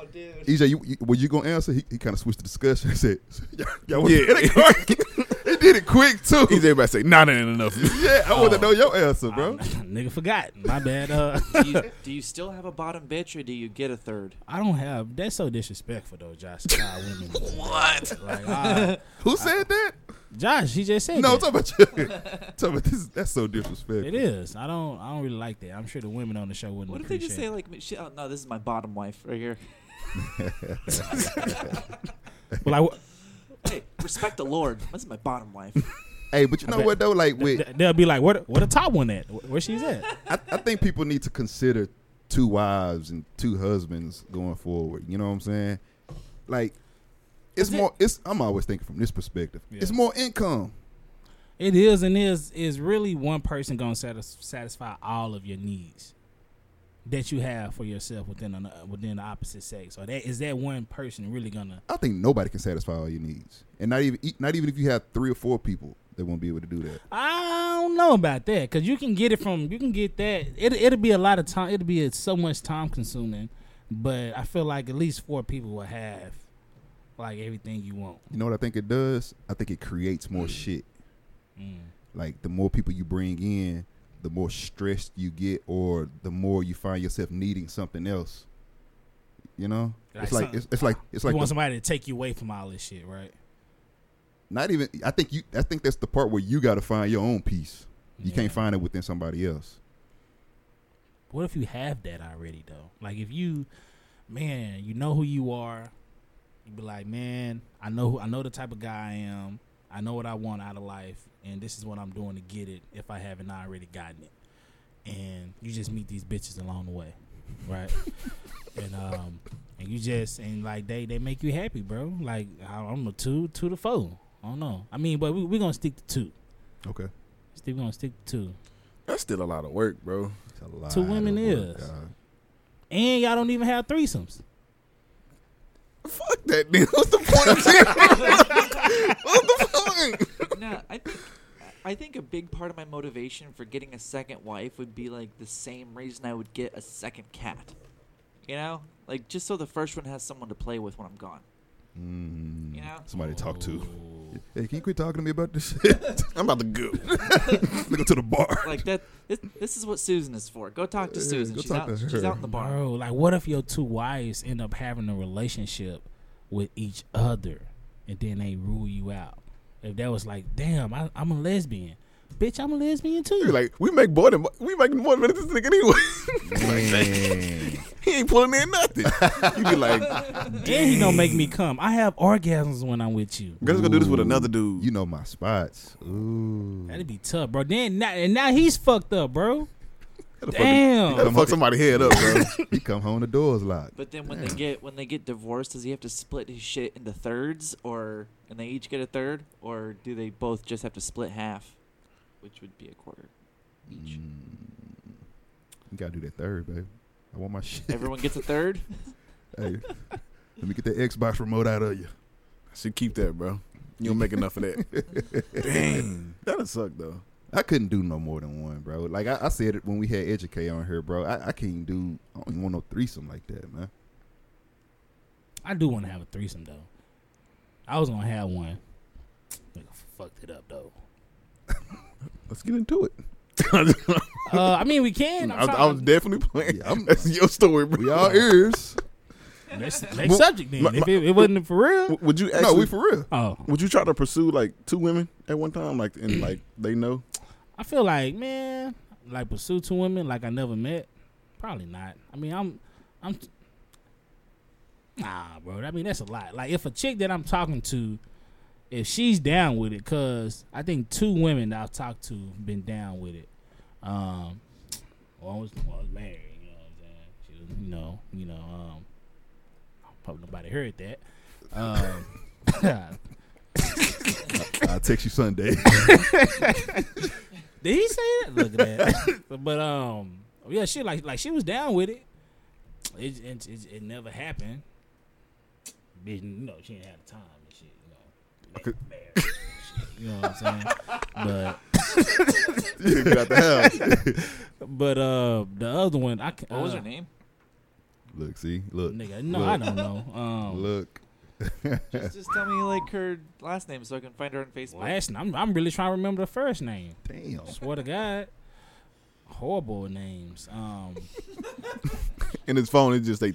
Speaker 4: Oh, dude.
Speaker 1: EJ, you, you, were you gonna answer? He, he kind of switched the discussion. [laughs] He said, "Y'all, y'all
Speaker 3: [laughs]
Speaker 1: wanna get it [laughs]
Speaker 3: yeah.
Speaker 1: He did it quick
Speaker 3: [laughs]
Speaker 1: too."
Speaker 3: He's everybody say, not nah, that ain't [laughs] enough.
Speaker 1: yeah, I want to
Speaker 2: Oh.
Speaker 1: know your answer,
Speaker 2: I-
Speaker 1: bro.
Speaker 2: nigga forgot. My bad. Uh, [laughs]
Speaker 4: do, you, [laughs] do you still have a bottom bitch or do you get a third?
Speaker 2: I don't have. That's so disrespectful though, Josh. to our
Speaker 4: [laughs]
Speaker 2: women. what? Like, uh,
Speaker 1: Who said that?
Speaker 2: Josh, he just
Speaker 1: [laughs]
Speaker 2: said
Speaker 1: No, I'm
Speaker 2: that.
Speaker 1: talking about you. talking about this. That's so disrespectful.
Speaker 2: it is. I don't. I don't really like that. I'm sure the women on the show wouldn't.
Speaker 4: What if they
Speaker 2: appreciate
Speaker 4: just say
Speaker 2: it.
Speaker 4: like, she, oh, no, this is my bottom wife right here. [laughs]
Speaker 2: But like,
Speaker 4: hey, respect the Lord. This is my bottom wife.
Speaker 1: Hey, but you
Speaker 2: I
Speaker 1: know
Speaker 2: bet.
Speaker 1: what though? Like
Speaker 2: [laughs]
Speaker 1: with,
Speaker 2: th- they'll be like, "Where, where the top one at? Where she's at?"
Speaker 1: I, I think people need to consider two wives and two husbands going forward. You know what I'm saying? Like, it's
Speaker 2: Is it-
Speaker 1: more. It's I'm always thinking from this perspective.
Speaker 2: Yeah.
Speaker 1: It's more income.
Speaker 2: It is and is is really one person gonna satis- satisfy all of your needs that you have for yourself within an, uh, within the opposite sex. Or that is that one person really gonna?
Speaker 1: I think nobody can satisfy all your needs, and not even e- not even if you have three or four people that won't be able to do that.
Speaker 2: I don't know about that because you can get it from you can get that. It it'll be a lot of time. It'll be so much time consuming, but I feel like at least four people will have like everything you want.
Speaker 1: You know what I think it does? I think it creates more shit.
Speaker 2: Mm.
Speaker 1: Like the more people you bring in, the more stressed you get, or the more you find yourself needing something else. You know,
Speaker 2: Like
Speaker 1: it's like
Speaker 2: something-
Speaker 1: it's, it's like it's
Speaker 2: you
Speaker 1: like
Speaker 2: want
Speaker 1: the
Speaker 2: somebody to take you away from all this shit, right?
Speaker 1: not even i think you i think that's the part where you got to find your own peace you
Speaker 2: Yeah.
Speaker 1: can't find it within somebody else
Speaker 2: What if you have that already though? Like if you, man, you know who you are. You be like, man, I know who, I know the type of guy I am. I know what I want out of life, and this is what I'm doing to get it. If I haven't already gotten it, and you just meet these bitches along the way, right? [laughs] and um, and you just and like they they make you happy, bro. Like I don't know, two two to four. I don't know. I mean, but we we gonna stick to two.
Speaker 1: okay
Speaker 2: Still gonna stick to two.
Speaker 3: That's still a lot of work, bro.
Speaker 1: It's a lot
Speaker 2: Two women
Speaker 1: of work,
Speaker 2: is.
Speaker 1: dog.
Speaker 2: And y'all don't even have threesomes.
Speaker 3: Fuck that, [laughs] then. What's the point of that? What's the point?
Speaker 4: no, I think I I think a big part of my motivation for getting a second wife would be like the same reason I would get a second cat. You know? Like just so the first one has someone to play with when I'm gone.
Speaker 1: Mm,
Speaker 4: You know?
Speaker 1: Somebody to talk
Speaker 2: Oh.
Speaker 1: to.
Speaker 2: Ooh.
Speaker 1: Hey, can you quit talking to me about this shit? [laughs]
Speaker 3: I'm about to go. [laughs]
Speaker 1: Let me go to the bar.
Speaker 4: Like that this, this is what Susan is for. Go talk to
Speaker 1: Yeah,
Speaker 4: Susan.
Speaker 1: Uh, go
Speaker 4: She's
Speaker 1: talk
Speaker 4: out
Speaker 1: to
Speaker 4: she's
Speaker 1: her. Uh,
Speaker 4: out in the bar.
Speaker 2: Bro, like, what if your two wives end up having a relationship with each other, and then they rule you out? If that was like, damn, I, I'm a lesbian, bitch, I'm a lesbian too.
Speaker 3: You're like, we make more than we making more than this nigga anyway. [laughs]
Speaker 1: Man.
Speaker 3: he ain't pulling in nothing. You be [laughs] like,
Speaker 2: and he don't make me come. I have orgasms when I'm with you.
Speaker 3: girls gonna do this with another dude.
Speaker 1: You know my spots.
Speaker 3: Mm.
Speaker 1: Ooh.
Speaker 2: That'd be tough, bro. Then now, and now he's fucked up, bro.
Speaker 3: Gotta fuck- [laughs]
Speaker 2: Damn.
Speaker 3: gotta fuck somebody head up, [laughs] bro.
Speaker 1: he come home, the door's locked.
Speaker 4: But then when they get when they get divorced, does he have to split his shit into thirds or and they each get a third? Or do they both just have to split half? Which would be a quarter each.
Speaker 1: Mm. You gotta do that third, babe. I want my shit.
Speaker 4: Everyone gets a third?
Speaker 1: [laughs] hey, let me get that Xbox remote out of you.
Speaker 3: Should keep that, bro. You don't make enough of that. [laughs] Dang, that'll suck though.
Speaker 1: I couldn't do no more than one, bro. Like I, I said it when we had Educate on here, bro. I, I can't do. I don't even want no threesome like that, man.
Speaker 2: I do want to have a threesome though. I was gonna have one. Nigga fucked it up though.
Speaker 3: Let's get into [laughs] it.
Speaker 2: Uh, I mean, we can. I'm
Speaker 3: [laughs] I, was- I
Speaker 2: trying-
Speaker 3: was definitely playing.
Speaker 1: Yeah, I'm-
Speaker 3: That's your story, bro.
Speaker 1: We all ears.
Speaker 2: next
Speaker 3: [laughs]
Speaker 2: next
Speaker 3: Well,
Speaker 2: subject then.
Speaker 3: my-
Speaker 2: if it, it wasn't for real.
Speaker 3: [laughs] W- Would you actually?
Speaker 1: no, we for real.
Speaker 2: Oh,
Speaker 3: would you try to pursue like two women at one time, like and [clears throat] like they [laughs] know?
Speaker 2: I feel like man, like pursue two women like I never met. Probably not. I mean, I'm, I'm. Nah, bro. I mean, that's a lot. Like, if a chick that I'm talking to, if she's down with it, cause I think two women that I've talked to been down with it. Um, one was, one was married. You know what I'm saying? She was, you know, you know. Um, probably nobody heard that. Um, [laughs]
Speaker 1: I'll text you Sunday. [laughs]
Speaker 2: Did he say that? Look at that. [laughs] but um, yeah, she like like she was down with it. It it, it, it never happened. Bitch, you know she didn't have the time and shit. You know, married and shit, you know what I'm saying?
Speaker 1: Get out the house.
Speaker 2: But but uh, the other one, I can, uh,
Speaker 4: What was her name?
Speaker 1: Look, see, look,
Speaker 2: Nigga, no,
Speaker 1: Look.
Speaker 2: I don't know. Um,
Speaker 1: look.
Speaker 4: Just, just tell me like her last name so I can find her on Facebook.
Speaker 2: last name, I'm I'm really trying to remember the first name.
Speaker 1: Damn.
Speaker 2: Swear to God, horrible names. Um,
Speaker 3: In his phone, it just they.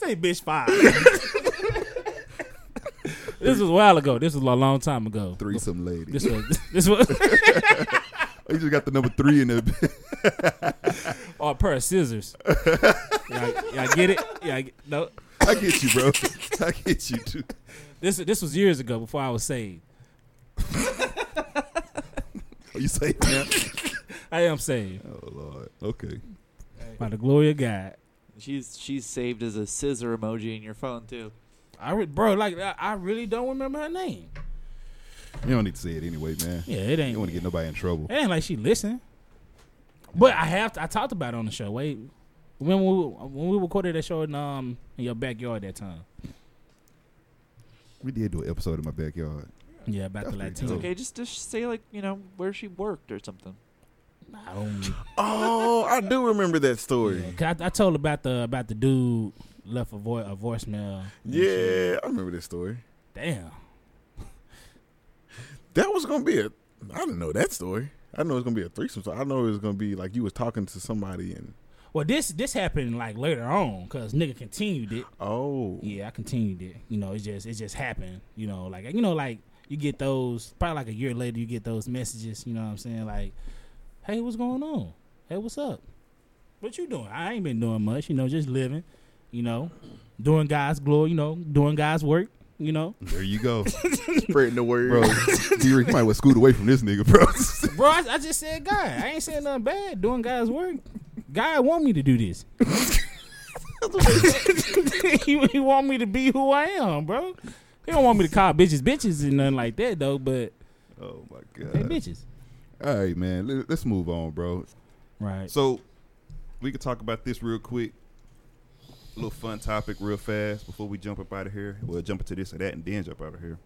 Speaker 2: say bitch five. [laughs] this was a while ago. This was a long time ago.
Speaker 1: Threesome lady.
Speaker 2: This was [laughs] this was
Speaker 1: You just got the number three in
Speaker 3: [laughs]
Speaker 1: the
Speaker 2: or a pair of scissors. Y'all, y'all get it? Yeah, no.
Speaker 1: I get you, bro. [laughs] I get you too.
Speaker 2: This this was years ago before I was saved.
Speaker 1: Are you safe now?
Speaker 2: I am saved
Speaker 1: Oh Lord. Okay.
Speaker 2: by the glory of God.
Speaker 4: She's she's saved as a scissor emoji in your phone too.
Speaker 2: I re- bro, like I, I really don't remember her name.
Speaker 1: You don't need to say it anyway, man.
Speaker 2: Yeah, it
Speaker 1: You
Speaker 2: ain't.
Speaker 1: don't want to get nobody in trouble.
Speaker 2: It ain't like she listened. But I have. To, I talked about it on the show. Wait, when we when we recorded that show in um in your backyard that time.
Speaker 1: We did do an episode in my backyard.
Speaker 2: Yeah, about the
Speaker 1: That's
Speaker 2: Latino.
Speaker 1: pretty
Speaker 4: Okay, just just say like you know where she worked or something.
Speaker 2: I don't.
Speaker 3: oh, I do remember that story.
Speaker 2: Yeah, 'cause I, I told about the about the dude left a, vo- a voicemail. and
Speaker 3: Yeah,
Speaker 2: shit.
Speaker 3: I remember this story.
Speaker 2: Damn.
Speaker 3: That was gonna be a. I didn't know that story. I know it's gonna be a threesome. So I know it was gonna be like you was talking to somebody and
Speaker 2: Well, this this happened like later on because nigga continued it.
Speaker 3: oh
Speaker 2: Yeah, I continued it. You know, it just it just happened. You know, like you know, like you get those probably like a year later you get those messages. You know what I'm saying? Like, hey, what's going on? Hey, what's up? What you doing? I ain't been doing much. You know, just living. You know, doing God's glory. You know, doing God's work. You know,
Speaker 1: There you go,
Speaker 3: spreading the word.
Speaker 1: bro. D-Rick, you might want to scoot away from this nigga, bro. [laughs]
Speaker 2: bro, I, I just said God. I ain't saying nothing bad. Doing God's work. God want me to do this. [laughs] he, he want me to be who I am, bro. He don't want me to call bitches bitches and nothing like that though. But
Speaker 1: oh my
Speaker 2: hey,
Speaker 1: god.
Speaker 2: bitches.
Speaker 1: All right, man. Let- Let's move on, bro.
Speaker 2: Right.
Speaker 1: So we could talk about this real quick. A little fun topic, real fast, before we jump up out of here. We'll jump into this or that, and then jump out of here.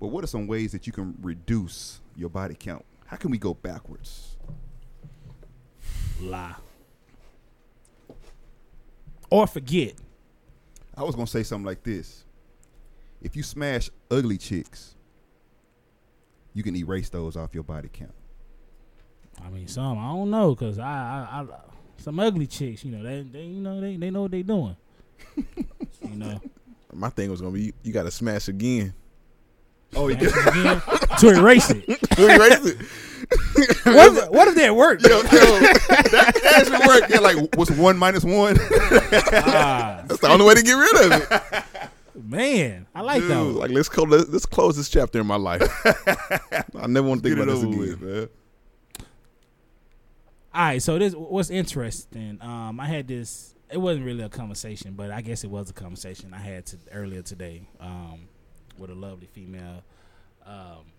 Speaker 1: But what are some ways that you can reduce your body count? How can we go backwards?
Speaker 2: Lie. Or forget.
Speaker 1: I was gonna say something like this: If you smash ugly chicks, you can erase those off your body count.
Speaker 2: I mean, some I don't know because I, I, I some ugly chicks. You know they they you know they they know what they doing. you know.
Speaker 3: My thing was gonna be you, you got to
Speaker 1: [laughs]
Speaker 3: smash again.
Speaker 1: Oh, [laughs]
Speaker 2: Ask again to erase it.
Speaker 3: Who erased it?
Speaker 2: What if, what if that worked?
Speaker 1: yo, yo, that actually worked. Yeah,
Speaker 3: [laughs]
Speaker 1: like what's one minus one? [laughs]
Speaker 2: [laughs] Ah,
Speaker 3: That's the only way to get rid of it.
Speaker 2: man, I like
Speaker 3: Dude,
Speaker 2: that. One.
Speaker 3: like let's close let's, let's close this chapter in
Speaker 1: [laughs]
Speaker 3: my life. I never want to think
Speaker 1: Get it
Speaker 3: about this
Speaker 1: over
Speaker 3: again.
Speaker 1: with, man.
Speaker 2: All right, so this what's interesting. Um, I had this. It wasn't really a conversation, but I guess it was a conversation I had to, earlier today. Um, with a lovely female. Um,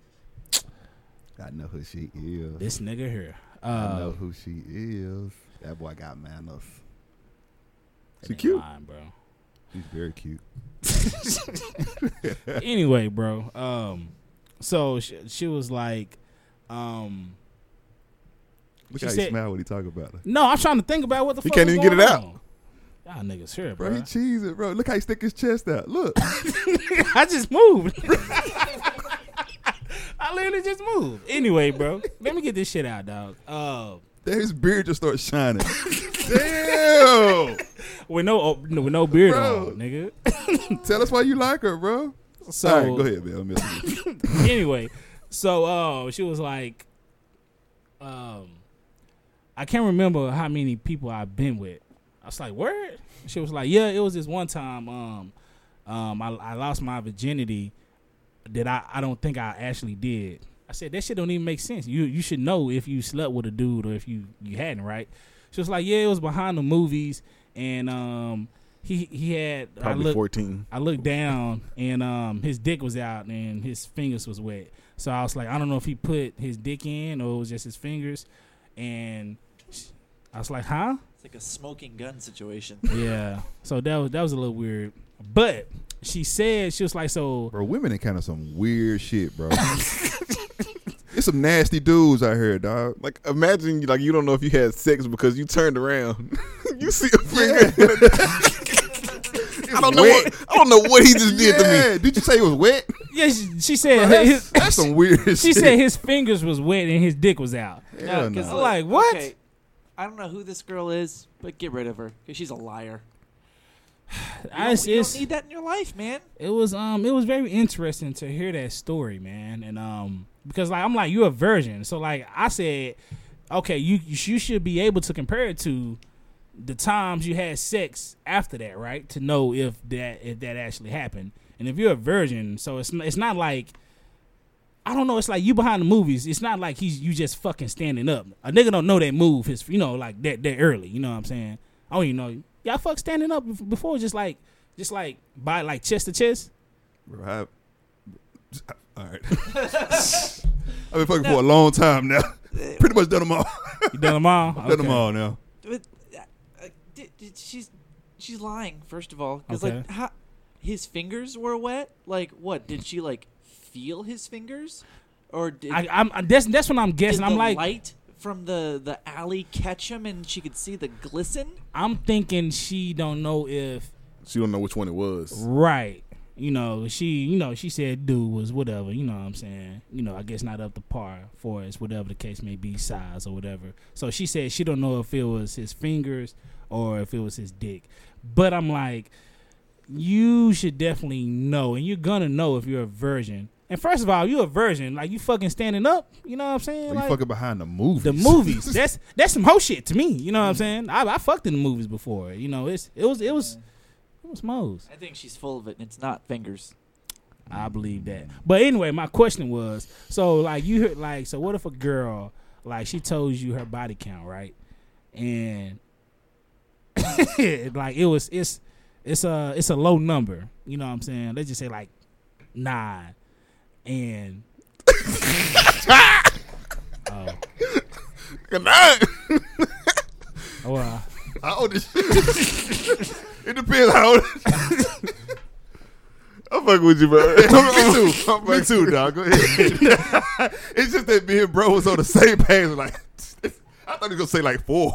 Speaker 1: I know who she is.
Speaker 2: this nigga here.
Speaker 1: I know
Speaker 2: Uh,
Speaker 1: who she is. That boy got manners.
Speaker 2: that
Speaker 3: She
Speaker 2: nigga
Speaker 3: cute.
Speaker 2: lying,
Speaker 3: [laughs]
Speaker 2: bro.
Speaker 1: He's very cute.
Speaker 2: anyway, bro. Um, so she, she was like, um,
Speaker 1: Look
Speaker 2: She
Speaker 1: how he
Speaker 2: said-
Speaker 1: smile when he talk about her.
Speaker 2: no, I'm trying to think about what the
Speaker 3: He
Speaker 2: fuck.
Speaker 3: can't
Speaker 2: was
Speaker 3: even get
Speaker 2: going
Speaker 3: it out.
Speaker 2: on. Y'all niggas here,
Speaker 1: Bro,
Speaker 2: bro.
Speaker 1: he cheesing, bro. Look how he stick his chest out. Look.
Speaker 2: I
Speaker 1: [laughs]
Speaker 2: just moved. I literally just moved. Anyway, bro, let me get this shit out, dog. Uh,
Speaker 1: Damn, his beard just starts [laughs] shining. Damn.
Speaker 2: with no oh, no- with no beard
Speaker 1: Bro.
Speaker 2: on, nigga.
Speaker 1: Tell us why you like her, bro.
Speaker 2: So
Speaker 1: All right, go ahead, man. I'm messing with you.
Speaker 2: [laughs] anyway, so uh, she was like, um, I can't remember how many people I've been with. I was like, word. She was like, yeah, it was this one time. Um, um, I, I lost my virginity that I, I don't think I actually did. I said that shit don't even make sense. You you should know if you slept with a dude or if you you hadn't, right? She was like, yeah, it was behind the movies, and um, he he had I
Speaker 3: Probably
Speaker 2: looked,
Speaker 3: fourteen.
Speaker 2: I looked down and um his dick was out and his fingers was wet. So I was like, I don't know if he put his dick in or it was just his fingers. And sh- I was like, huh?
Speaker 4: It's like a smoking
Speaker 2: [laughs]
Speaker 4: gun situation.
Speaker 2: Yeah. So that was that was a little weird. But she said she was like, so
Speaker 1: [laughs] Bro, women are kind of some weird shit, [laughs] bro. There's some nasty dudes out here, dog.
Speaker 3: Like imagine like you don't know if you had sex because you
Speaker 1: [laughs]
Speaker 3: turned around. you see a finger.
Speaker 1: [laughs]
Speaker 3: I don't know what I don't know what he just did to me.
Speaker 1: Yeah, Did you say it was wet?
Speaker 2: yeah, she, she said
Speaker 1: Bro,
Speaker 2: his,
Speaker 1: that's, that's some weird shit.
Speaker 2: she said his fingers was wet and his dick was out.
Speaker 1: Hell
Speaker 4: No, 'cause
Speaker 1: no.
Speaker 2: I'm like, what?
Speaker 4: I don't know who this girl is, but get rid of her because she's a liar. You
Speaker 2: I,
Speaker 4: don't,
Speaker 2: it's,
Speaker 4: you don't need that in your life, man.
Speaker 2: it was um it was very interesting to hear that story man and um because like i'm like you're a virgin so like i said okay you you should be able to compare it to the times you had sex after that right to know if that if that actually happened and if you're a virgin so it's n- it's not like I don't know. It's like you behind the movies. It's not like he's you just fucking standing up. A nigga don't know that move. His you know like that that early. You know what I'm saying? I don't even know. Y'all fuck standing up bef- before just like just like by like chest to chest.
Speaker 1: Bro, I, all right. [laughs] I've been fucking for a long time
Speaker 2: [laughs]
Speaker 1: now. Pretty much done them all.
Speaker 2: You done them all.
Speaker 1: [laughs] Done them all now.
Speaker 4: But, uh, uh, d- d- she's she's lying. First of all, because like
Speaker 2: Okay.
Speaker 4: how, his fingers were wet. Like what? Did she like feel his fingers, or did,
Speaker 2: I, I'm I, that's that's what I'm
Speaker 4: did
Speaker 2: guessing.
Speaker 4: the
Speaker 2: I'm like
Speaker 4: light from the the alley catch him and she could see the glisten?
Speaker 2: I'm thinking she don't know if
Speaker 3: She don't know which one it was.
Speaker 2: right. You know she you know she said dude was whatever. You know what I'm saying. You know I guess not up to par for us whatever the case may be size or whatever. So she said she don't know if it was his fingers or if it was his dick. But I'm like you should definitely know and you're gonna know if you're a virgin. And first of all, you a virgin like you fucking standing up. You know what I'm saying?
Speaker 1: Are you
Speaker 2: Like-
Speaker 1: fucking behind the movies? [laughs]
Speaker 2: the movies. That's that's some hoe shit to me. You know what I'm saying? I, I fucked in the movies before. You know, it's it was it was it was Moe's.
Speaker 4: I think she's full of it, and it's not fingers.
Speaker 2: I believe that. But anyway, my question was so like you heard like so what if a girl like she told you her body count right and [laughs] like it was it's it's a it's a low number. You know what I'm saying? Let's just say like nine and. [laughs] oh, well,
Speaker 1: [laughs] How old is she? it depends how old. I'm
Speaker 3: I'm fucking with you,
Speaker 1: [laughs]
Speaker 3: bro.
Speaker 1: me too. Me too, dog. Go ahead. [laughs] it's just that me and bro was on the same page. Like, [laughs] I thought he was gonna say like four.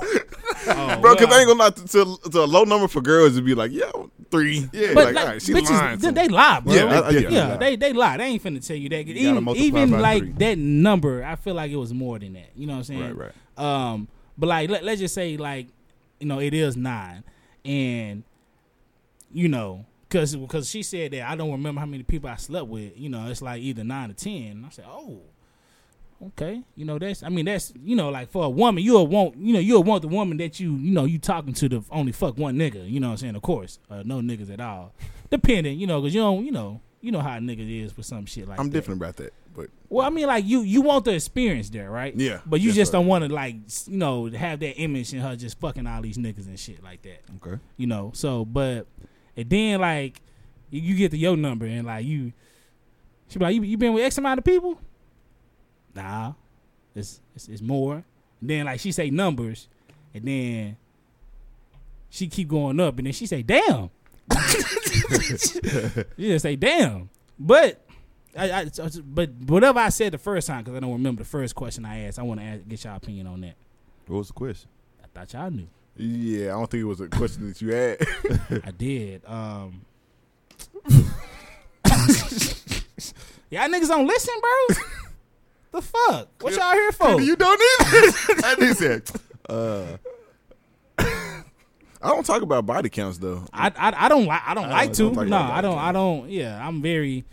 Speaker 2: Oh,
Speaker 3: Bro, because
Speaker 2: well,
Speaker 3: I ain't gonna lie, to, to, to a low number for girls would be like, yeah, three.
Speaker 1: Yeah,
Speaker 2: But
Speaker 1: like,
Speaker 2: like,
Speaker 3: all right, she
Speaker 2: bitches,
Speaker 3: lying
Speaker 2: they,
Speaker 3: to me.
Speaker 2: they lie, bro.
Speaker 1: Yeah,
Speaker 3: I- I-
Speaker 2: yeah,
Speaker 3: yeah,
Speaker 1: yeah.
Speaker 2: they they lie. They ain't finna tell you that.
Speaker 1: You gotta
Speaker 2: Even,
Speaker 1: multiply
Speaker 2: even
Speaker 1: by
Speaker 2: like
Speaker 1: three.
Speaker 2: that number, I feel like it was more than that. You know what I'm saying?
Speaker 3: Right,
Speaker 2: right. Um, but like let, let's just say like you know it is nine, and you know because because she said that I don't remember how many people I slept with. You know, it's like either nine or ten. And I said, oh. Okay, you know that's. I mean that's. You know, like for a woman, you'll want. You know, you'll want the woman that you. You know, you talking to the only fuck one nigga. You know what I'm saying? Of course, uh, no niggas at all. Depending, you know, because you don't. You know, you know how a nigga is for some shit like.
Speaker 3: I'm
Speaker 2: that.
Speaker 3: different about that, but
Speaker 2: Well, I mean, like you, you want the experience there, right?
Speaker 3: Yeah,
Speaker 2: But you
Speaker 3: that's
Speaker 2: just
Speaker 3: right.
Speaker 2: don't want to like, s- you know, have that image in her just fucking all these niggas and shit like that.
Speaker 1: Okay.
Speaker 2: You know. So, but and then like, you, you get to your number and like you, she be like, you, you been with X amount of people? Nah, it's it's, it's more. And then like she say numbers, and then she keep going up, and then she say, damn. [laughs] she just say, damn. But I, I, so- so- but whatever I said the first time, because I don't remember the first question I asked, I want to ask, get y'all opinion on that.
Speaker 1: What was the question?
Speaker 2: I thought y'all knew.
Speaker 3: yeah, I don't think it was a question that you had.
Speaker 2: I did. Um, [laughs] y'all niggas don't listen, bro. the fuck? What y'all here for?
Speaker 1: You don't need it. [laughs]
Speaker 3: [laughs]
Speaker 1: and he said, "Uh."
Speaker 3: I don't talk about body counts though.
Speaker 2: I, I I don't like I don't like to.
Speaker 3: don't like
Speaker 2: no,
Speaker 3: that.
Speaker 2: I don't. I don't. Yeah, I'm very.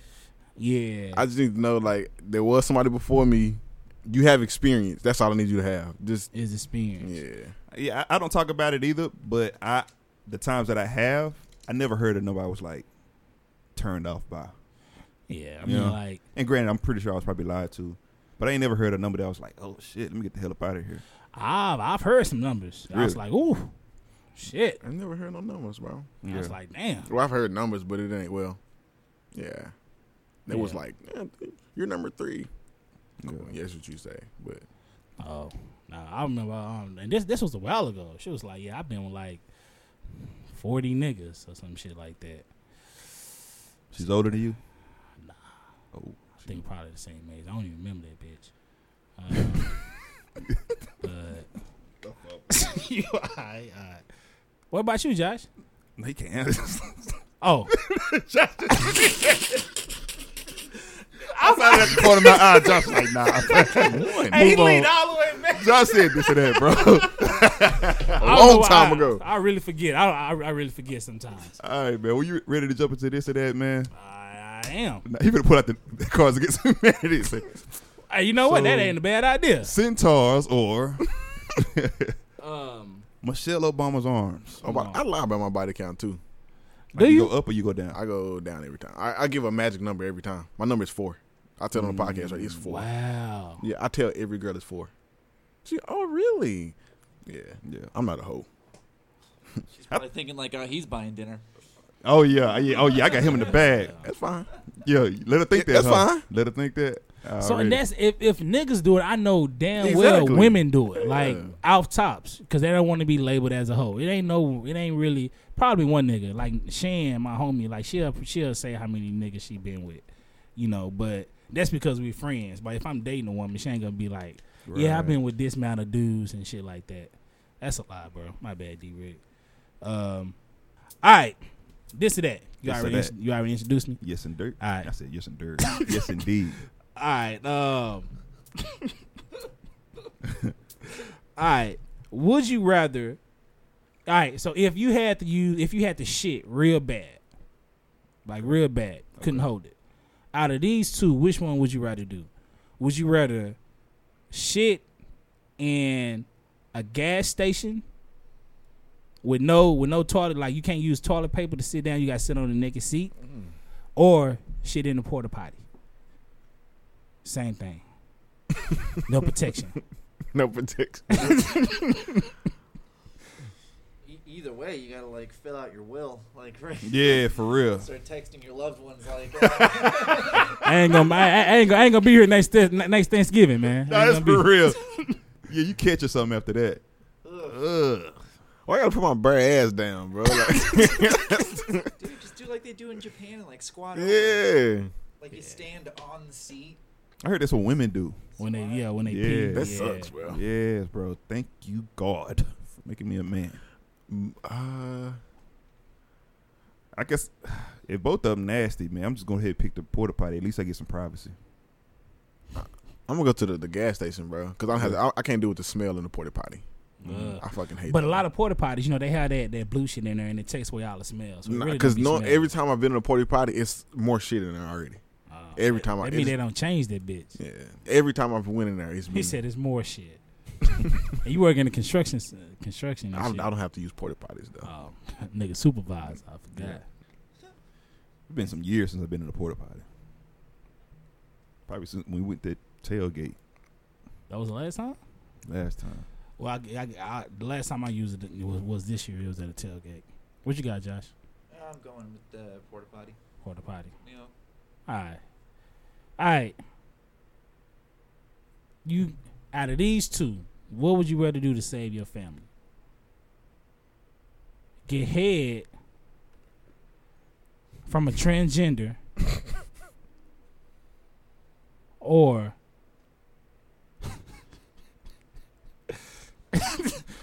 Speaker 2: Yeah.
Speaker 3: I just need to know like there was somebody before me. You have experience. That's all I need you to have. Just
Speaker 2: is experience.
Speaker 3: yeah.
Speaker 1: "Yeah, I, I don't talk about it either, but I, the times that I have, I never heard of nobody was like turned off by.
Speaker 2: Yeah. I mean,
Speaker 1: Yeah.
Speaker 2: like,
Speaker 1: And granted, I'm pretty sure I was probably lied to, but I ain't never heard a number that was like, oh shit, let me get the hell up out of here.
Speaker 2: I've I've heard some numbers. I was like, ooh, shit.
Speaker 3: I never heard no numbers, bro.
Speaker 2: I was like, damn.
Speaker 3: Well, I've heard numbers, but it ain't well. Yeah, it was
Speaker 2: Yeah.
Speaker 3: like eh, you're number three.
Speaker 1: Yeah.
Speaker 3: Cool, Yeah, that's what you say, but
Speaker 2: Oh, no, I remember. Um, and this this was a while ago. She was like, "Yeah, I've been with like forty niggas or some shit like that."
Speaker 1: She's older than you.
Speaker 2: I think probably the same age. I don't even remember that bitch. Um, [laughs] but [laughs] you, all right, all right. What about you, Josh?
Speaker 1: No, you can't. [laughs]
Speaker 2: Oh,
Speaker 1: [laughs] I'm not at the corner of my eye. Josh like, nah.
Speaker 2: hey, he
Speaker 1: Move on.
Speaker 2: leaned all the way back.
Speaker 1: Josh said this and that, bro.
Speaker 2: A
Speaker 3: long time ago.
Speaker 2: I really forget. I, I I really forget sometimes.
Speaker 1: All right, man. Were you ready to jump into this or that, man?
Speaker 2: I, I am.
Speaker 1: Nah, he better put out the, the cards against [laughs] humanity. Say,
Speaker 2: Hey, you know what? That
Speaker 1: So-
Speaker 2: ain't a bad idea.
Speaker 1: Centaurs or
Speaker 2: Um,
Speaker 1: Michelle Obama's arms.
Speaker 3: I'm about-
Speaker 2: on.
Speaker 3: I lie about my body count too.
Speaker 1: Like,
Speaker 2: Do
Speaker 1: you
Speaker 2: you?
Speaker 1: go up or you go down?
Speaker 3: I go down every time. I, I give a magic number every time. My number is four. I tell on the podcast right, it's four.
Speaker 2: Mm, Wow.
Speaker 3: Yeah, I tell every girl it's four. She, oh really? Yeah,
Speaker 1: Yeah.
Speaker 3: I'm not a hoe.
Speaker 4: She's probably thinking like, oh, he's buying dinner.
Speaker 1: Oh yeah, yeah. Oh yeah, I got him in the bag.
Speaker 3: That's fine.
Speaker 1: Yeah, let her think that.
Speaker 3: Yeah, that's
Speaker 1: huh?
Speaker 3: fine.
Speaker 1: Let her think that.
Speaker 2: So
Speaker 1: Already.
Speaker 2: and that's if if niggas do it, I know damn
Speaker 3: Exactly.
Speaker 2: well women do it, like
Speaker 3: Yeah.
Speaker 2: off tops, because they don't want to be labeled as a hoe. It ain't no, it ain't really. Probably one nigga like Shan, my homie, like she'll she'll say how many niggas she been with, you know. But that's because we friends. But if I'm dating a woman, she ain't gonna be like, yeah, I've
Speaker 1: Right.
Speaker 2: been with this amount of dudes and shit like that. That's a lie, bro. My bad, D. Rick. Um, all right, this or that. You
Speaker 1: This or
Speaker 2: already
Speaker 1: that.
Speaker 2: you already introduced me.
Speaker 1: Yes and dirt.
Speaker 2: All right.
Speaker 1: I said yes and dirt. yes indeed.
Speaker 2: All right. Um. all right. Would you rather? All right. So if you had to use, if you had to shit real bad, like real bad, couldn't hold it. Out of these two, which one would you rather do? Would you rather shit in a gas station with no with no toilet, like you can't use toilet paper to sit down, you got to sit on the naked seat, or shit in the porta potty? Same thing. [laughs] no protection.
Speaker 3: [laughs] No protection.
Speaker 4: E- either way, you gotta like fill out your will,
Speaker 2: [laughs]
Speaker 4: like [laughs] right.
Speaker 1: Yeah, for real.
Speaker 4: Start texting your loved ones like. "Oh,
Speaker 2: I ain't gonna. I, I ain't gonna. I ain't gonna be here next th- next Thanksgiving, man. I
Speaker 1: Nah, that's
Speaker 2: ain't gonna
Speaker 1: for real. yeah, you catch yourself after that. Ugh.
Speaker 3: Why I gotta put my bare ass down, bro? Like,
Speaker 4: Dude, just do like they do in Japan and like squat. over.
Speaker 3: yeah.
Speaker 4: Like you stand on the seat.
Speaker 1: I heard that's what women do.
Speaker 2: When they yeah, when they
Speaker 1: Yeah,
Speaker 2: pee.
Speaker 3: That
Speaker 2: yeah.
Speaker 3: sucks, bro.
Speaker 1: Yes, bro. Thank you, God, for making me a man.
Speaker 3: Uh,
Speaker 1: I guess [sighs] if both of them nasty, man, I'm just gonna head pick the porta potty. At least I get some privacy.
Speaker 3: I'm gonna go to the, the gas station, bro, because I don't have I, I can't deal with the smell in the porta potty.
Speaker 2: Ugh.
Speaker 3: I fucking hate.
Speaker 2: Uh, But a lot of porta potties, you know, they have that, that blue shit in there, and it takes away all the smells. So it really don't
Speaker 3: because
Speaker 2: be
Speaker 3: no,
Speaker 2: smelling.
Speaker 3: every time I've been in a porta potty, it's more shit in there already.
Speaker 2: Oh,
Speaker 3: every
Speaker 2: that-
Speaker 3: time I-
Speaker 2: that
Speaker 3: it
Speaker 2: mean
Speaker 3: just-
Speaker 2: they don't change that bitch.
Speaker 3: Yeah, every time I've went in there, it's
Speaker 2: He
Speaker 3: been,
Speaker 2: said it's more
Speaker 3: [laughs]
Speaker 2: shit. And you work in the construction s- construction. And
Speaker 3: I, I
Speaker 2: shit.
Speaker 3: don't have to use porta potties though.
Speaker 2: Oh, [laughs] nigga, supervisor. I forgot.
Speaker 3: Yeah.
Speaker 1: It's been some years since I've been in a porta potty. Probably since we went to tailgate
Speaker 2: That was the last time.
Speaker 1: last time.
Speaker 2: Well, I, I, I, the last time I used it, was, was this year. It was at a tailgate. What you got, Josh?
Speaker 4: Uh, I'm going with the porta potty.
Speaker 2: Porta potty.
Speaker 4: You know,
Speaker 2: All right. All right. You out of these two, what would you rather do to save your family? Get head from a transgender or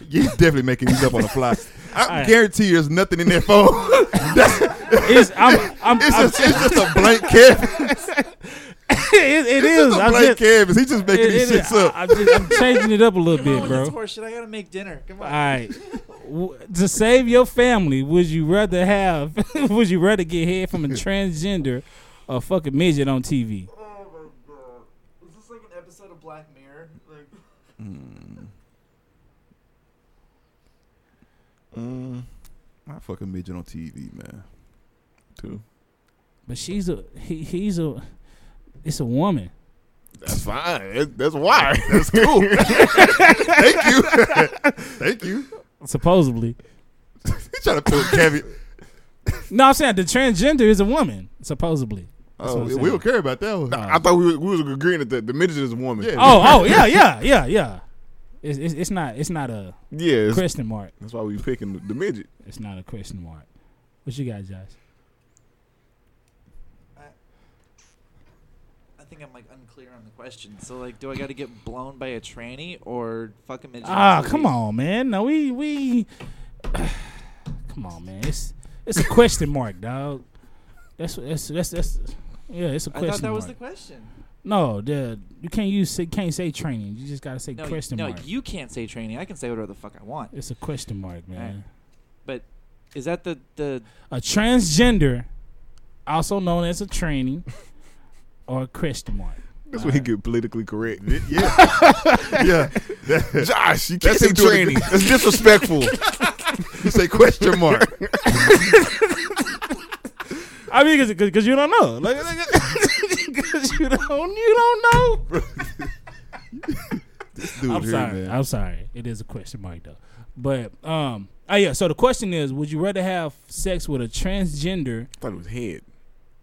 Speaker 1: You're definitely making these up on the
Speaker 3: [laughs]
Speaker 1: fly. I
Speaker 2: Alright.
Speaker 1: guarantee there's nothing in that phone. [laughs]
Speaker 2: it's I'm, I'm,
Speaker 1: it's,
Speaker 2: I'm [laughs]
Speaker 1: just, it's just a blank canvas.
Speaker 2: it, it
Speaker 1: It's
Speaker 2: is
Speaker 1: just a
Speaker 2: I'm
Speaker 1: blank
Speaker 2: just,
Speaker 1: canvas. He's just making
Speaker 2: it-
Speaker 1: these
Speaker 2: it-
Speaker 1: shits up.
Speaker 2: I, am just, I'm changing it up a little
Speaker 4: come on
Speaker 2: bit,
Speaker 4: with
Speaker 2: bro.
Speaker 4: this horse shit. I gotta make dinner. Come
Speaker 2: All
Speaker 4: on.
Speaker 2: right. W- to save your family, would you rather have? [laughs] would you rather get head from a transgender or fucking midget on TV?
Speaker 4: oh my god. Is this like an episode of Black Mirror? Like,
Speaker 3: Mm,
Speaker 1: I fucking midget on TV, man.
Speaker 3: two.
Speaker 2: But she's a he, he's a it's a woman.
Speaker 3: That's fine. That- that's why.
Speaker 1: [laughs]
Speaker 3: That's cool.
Speaker 1: Thank you. [laughs] Thank you.
Speaker 2: Supposedly,
Speaker 1: He's trying to put caveat.
Speaker 2: no, I'm saying the transgender is a woman. Supposedly. That's
Speaker 1: Oh,
Speaker 2: what I'm
Speaker 1: we
Speaker 2: saying.
Speaker 1: don't care about that one.
Speaker 3: I thought we, were, we was agreeing that the, the midget is a woman.
Speaker 1: Yeah.
Speaker 2: Oh, oh, yeah, yeah, yeah, yeah. It's, it's, it's not it's not a
Speaker 3: yeah. it's-
Speaker 2: question mark.
Speaker 3: that's why we picking the, the midget.
Speaker 2: It's not a question mark. What you got, Josh?
Speaker 4: I think I'm like unclear on the question. So like, do I gotta get blown by a tranny or fuck a midget?
Speaker 2: Ah,
Speaker 4: TV?
Speaker 2: come on, man. No, we we [sighs] come on, man. It's it's a question mark, dog. That's that's that's that's yeah. It's a
Speaker 4: I
Speaker 2: question
Speaker 4: thought that
Speaker 2: mark.
Speaker 4: was the question.
Speaker 2: no, the you can't use say, can't say training. You just gotta say
Speaker 4: No,
Speaker 2: question
Speaker 4: no,
Speaker 2: mark.
Speaker 4: you can't say tranny. I can say whatever the fuck I want.
Speaker 2: it's a question mark, man.
Speaker 4: But is that the the
Speaker 2: A transgender, also known as a training, [laughs] or a question mark.
Speaker 3: That's when he get politically correct. [laughs]
Speaker 1: Yeah. yeah.
Speaker 3: Josh, you can't
Speaker 1: That's
Speaker 3: say
Speaker 1: him doing
Speaker 3: tranny. That's disrespectful.
Speaker 1: [laughs] You say question mark.
Speaker 3: [laughs]
Speaker 2: I mean, because because you don't know, like, [laughs] because you don't you don't know.
Speaker 1: Dude,
Speaker 2: I'm
Speaker 1: here,
Speaker 2: sorry.
Speaker 1: man.
Speaker 2: I'm sorry. It is a question mark though. But um oh yeah, so the question is would you rather have sex with a transgender
Speaker 3: I thought it was head.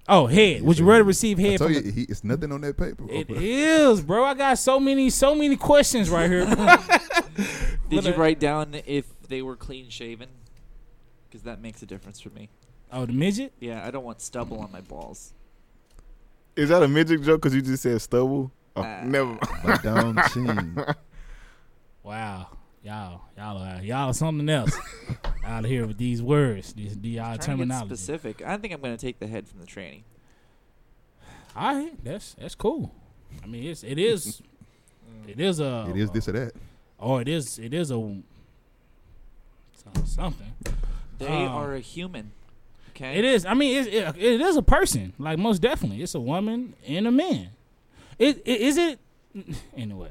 Speaker 2: oh head. Would you rather receive
Speaker 1: I
Speaker 2: head
Speaker 1: told
Speaker 2: from
Speaker 1: you,
Speaker 2: a-
Speaker 1: he, it's nothing on that paper.
Speaker 2: [laughs]
Speaker 1: [laughs]
Speaker 2: It is, bro. I got so many so many questions right here. [laughs] bro.
Speaker 4: Did
Speaker 2: But
Speaker 4: you
Speaker 2: I-
Speaker 4: write down if they were clean shaven? Because that makes a difference for me.
Speaker 2: oh, the midget?
Speaker 4: Yeah, I don't want stubble on my balls.
Speaker 3: Is that a midget joke? Because you just said stubble. Oh,
Speaker 4: Uh,
Speaker 3: never. mind.
Speaker 1: My dumb
Speaker 2: [laughs]
Speaker 1: chin.
Speaker 2: Wow. Y'all, y'all are y'all are something else [laughs] out of here with these words, these y'all
Speaker 4: Trying to get
Speaker 2: terminology.
Speaker 4: specific. I think I'm going to take the head from the tranny.
Speaker 2: All right, that's that's cool. I mean, it's it
Speaker 4: [laughs]
Speaker 2: is it is a
Speaker 1: It is this or that.
Speaker 2: or it is it is a something.
Speaker 4: They
Speaker 2: Oh.
Speaker 4: are a human. Okay.
Speaker 2: It is. I mean, it, it, it is a person. Like most definitely, it's a woman and a man. It, it is it [laughs] anyway.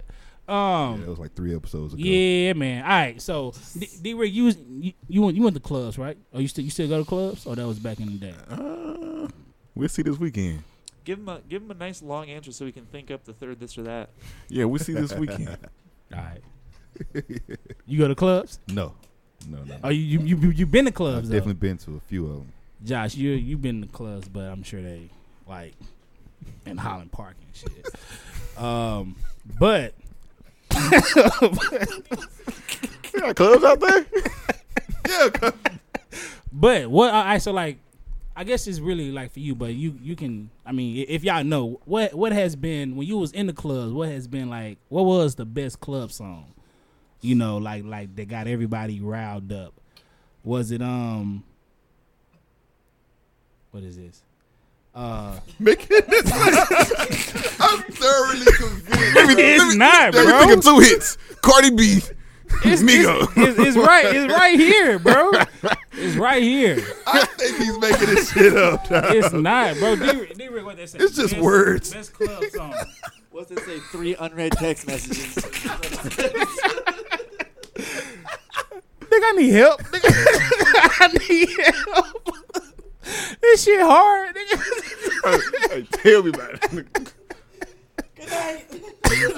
Speaker 1: Yeah, that
Speaker 2: Um.
Speaker 1: was like three episodes ago.
Speaker 2: Yeah, man. All right. So, D, D Rick, you, was- you you went you went to clubs, right? Or you still you still go to clubs? Or that was back in the day.
Speaker 3: Uh, we'll see this weekend.
Speaker 4: Give him a give him a nice long answer so we can think up the third this or that.
Speaker 3: Yeah, we'll see this [laughs] weekend.
Speaker 1: Uh,
Speaker 2: All
Speaker 1: [laughs]
Speaker 2: right. you go to clubs?
Speaker 1: No. No, no.
Speaker 2: Oh, you you you you been to
Speaker 1: I've
Speaker 2: clubs? though.
Speaker 1: definitely been to a few of them.
Speaker 2: Josh, you you've been to clubs, but I'm sure they like in Holland Park and
Speaker 1: [laughs]
Speaker 2: shit. um, but
Speaker 3: You got clubs out there?
Speaker 1: yeah, 'cause-
Speaker 2: But what I I- so like, I guess it's really like for you, but you you can. I mean, i- if y'all know what what has been when you was in the clubs, what has been like? What was the best club song? You know, like like that got everybody riled up. Was it um? What is this? Uh,
Speaker 1: making this list. I'm thoroughly convinced.
Speaker 2: it's not,
Speaker 3: Let me
Speaker 2: bro.
Speaker 3: think of two hits: Cardi B, Migo.
Speaker 2: It's, it's right. It's right here, bro. It's right here.
Speaker 1: I think he's making this shit up. dog.
Speaker 2: It's not, bro. D- D- what they say?
Speaker 1: It's just
Speaker 2: Best-
Speaker 1: words.
Speaker 2: Best club song.
Speaker 4: What's it say? Three unread text messages.
Speaker 2: Nigga, I need help. [laughs] Nigga, I need help. [laughs] this shit hard. Nigga.
Speaker 3: Hey,
Speaker 1: [laughs]
Speaker 3: Tell me about it.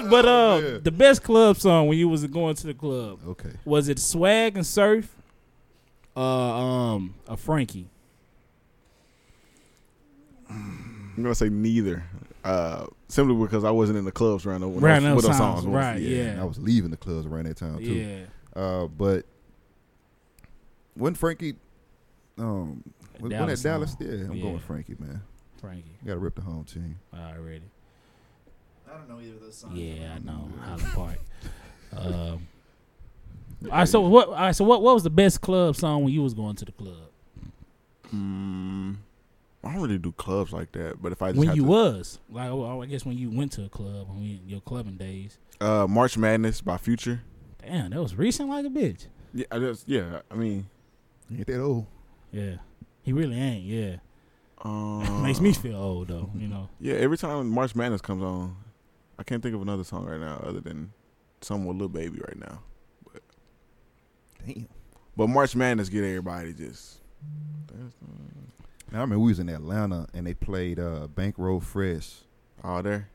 Speaker 2: But
Speaker 3: Oh,
Speaker 2: uh,
Speaker 1: man.
Speaker 2: the best club song when you was going to the club
Speaker 1: Okay.
Speaker 2: was it Swag and Surf, uh, um, a Frankie.
Speaker 3: [laughs] I'm gonna say neither. Uh, simply because I wasn't in the clubs around those
Speaker 2: Right,
Speaker 3: with
Speaker 2: those
Speaker 3: those
Speaker 2: songs,
Speaker 3: songs. was.
Speaker 2: right, yeah.
Speaker 1: And I was leaving the clubs around that
Speaker 3: Oh,
Speaker 1: time too.
Speaker 2: Yeah,
Speaker 1: Uh, but when Frankie, um, when when
Speaker 2: Dallas
Speaker 1: at Dallas,
Speaker 2: song.
Speaker 1: yeah, I'm
Speaker 2: Yeah.
Speaker 1: going Frankie, man.
Speaker 2: Frankie.
Speaker 1: You gotta rip the home team.
Speaker 2: Already.
Speaker 4: I don't know either of those songs.
Speaker 2: Yeah, I know Highland
Speaker 4: [laughs]
Speaker 2: Park. Um, all right, so what? All right, so what? What was the best club song when you was going to the club?
Speaker 3: Mm, I don't really do clubs like that. But if I just
Speaker 2: When
Speaker 3: had
Speaker 2: you
Speaker 3: to,
Speaker 2: was like, oh, I guess when you went to a club, when we, your clubbing days.
Speaker 3: uh, March Madness by Future.
Speaker 2: Damn, that was recent like a bitch.
Speaker 3: Yeah, I just, yeah. I mean,
Speaker 1: You Ain't that old?
Speaker 2: Yeah, he really ain't. Yeah, [laughs]
Speaker 3: um,
Speaker 2: makes me feel old though. You know,
Speaker 3: Yeah, every time March Madness comes on, I can't think of another song right now other than "Some with Lil Baby" right now.
Speaker 1: Damn.
Speaker 3: But March Madness get everybody just
Speaker 1: Now I remember we was in Atlanta and they played uh, Bankroll Fresh
Speaker 3: all there.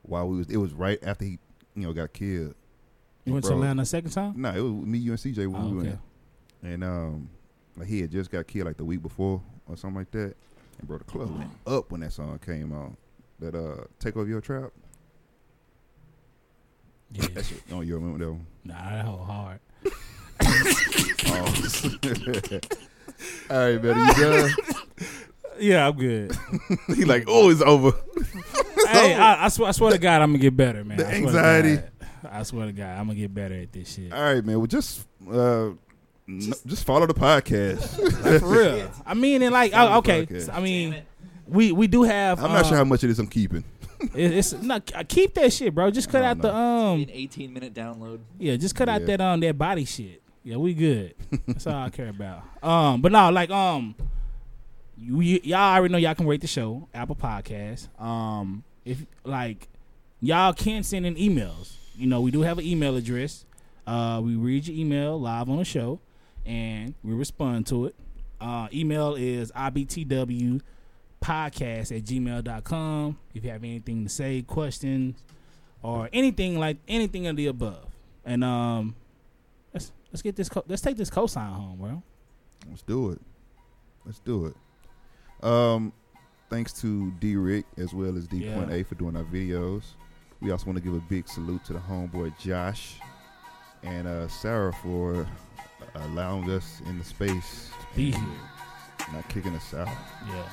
Speaker 1: while we was. It was right after he, you know, got killed.
Speaker 2: you went to
Speaker 1: Bro.
Speaker 2: Atlanta a second time.
Speaker 1: No, it was me, you, and CJ. When
Speaker 2: Oh,
Speaker 1: we were
Speaker 2: okay.
Speaker 1: in. and um, like he had just got killed like the week before or something like that. And bro, the club went up when that song came on. That uh, take over your trap.
Speaker 2: Yeah,
Speaker 1: That shit. Oh, you remember that one?
Speaker 2: nah, that whole hard.
Speaker 1: All right, buddy, you [laughs] done?
Speaker 2: Yeah,
Speaker 1: [laughs]
Speaker 2: I'm good.
Speaker 3: he like, oh, it's over.
Speaker 2: hey, I, I swear, I swear to God, I'm gonna get better, man.
Speaker 1: the
Speaker 2: I swear to
Speaker 1: anxiety.
Speaker 2: God. I swear to God, I'm gonna get better at this shit.
Speaker 1: All right, man. Well, just uh, n- just, follow the podcast.
Speaker 2: Like, for real. I mean, and like, I, okay.
Speaker 1: Podcast.
Speaker 2: I mean, we we do have.
Speaker 1: I'm not
Speaker 2: uh,
Speaker 1: sure how much it is I'm keeping.
Speaker 2: it- it's not keep that shit, bro. Just cut
Speaker 1: I
Speaker 2: out
Speaker 1: don't
Speaker 2: the um.
Speaker 4: An 18 minute download.
Speaker 2: Yeah, just cut out
Speaker 1: Yeah.
Speaker 2: that um that body shit. Yeah, we good. That's all I care about. Um, but no, like um, you, you y'all already know y'all can rate the show Apple Podcast. Um, if like y'all can send in emails. You know, we do have an email address. Uh, we read your email live on the show, and we respond to it. Uh, email is ibtw podcast at gmail.com if you have anything to say questions or anything like anything of the above and um let's let's get this co- let's take this cosign home bro
Speaker 1: Let's do it. Let's do it. Um, thanks to D Rick as well as D Point A for doing our videos. We also want to give a big salute to the homeboy Josh and uh, Sarah for uh, allowing us in the space,
Speaker 2: be here
Speaker 1: not kicking us out.
Speaker 2: yeah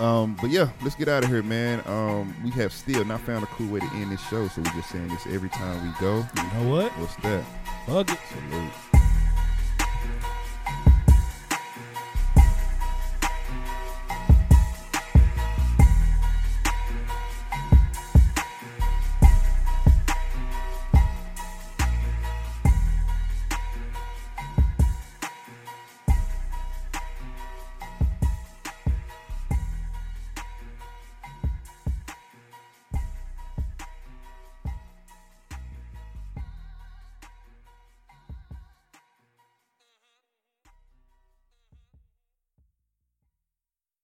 Speaker 1: Um, but yeah, let's get out of here, man. Um, we have still not found a cool way to end this show, so we're just saying this every time we go.
Speaker 2: you know what
Speaker 1: What's that?
Speaker 2: fuck it
Speaker 1: Salute.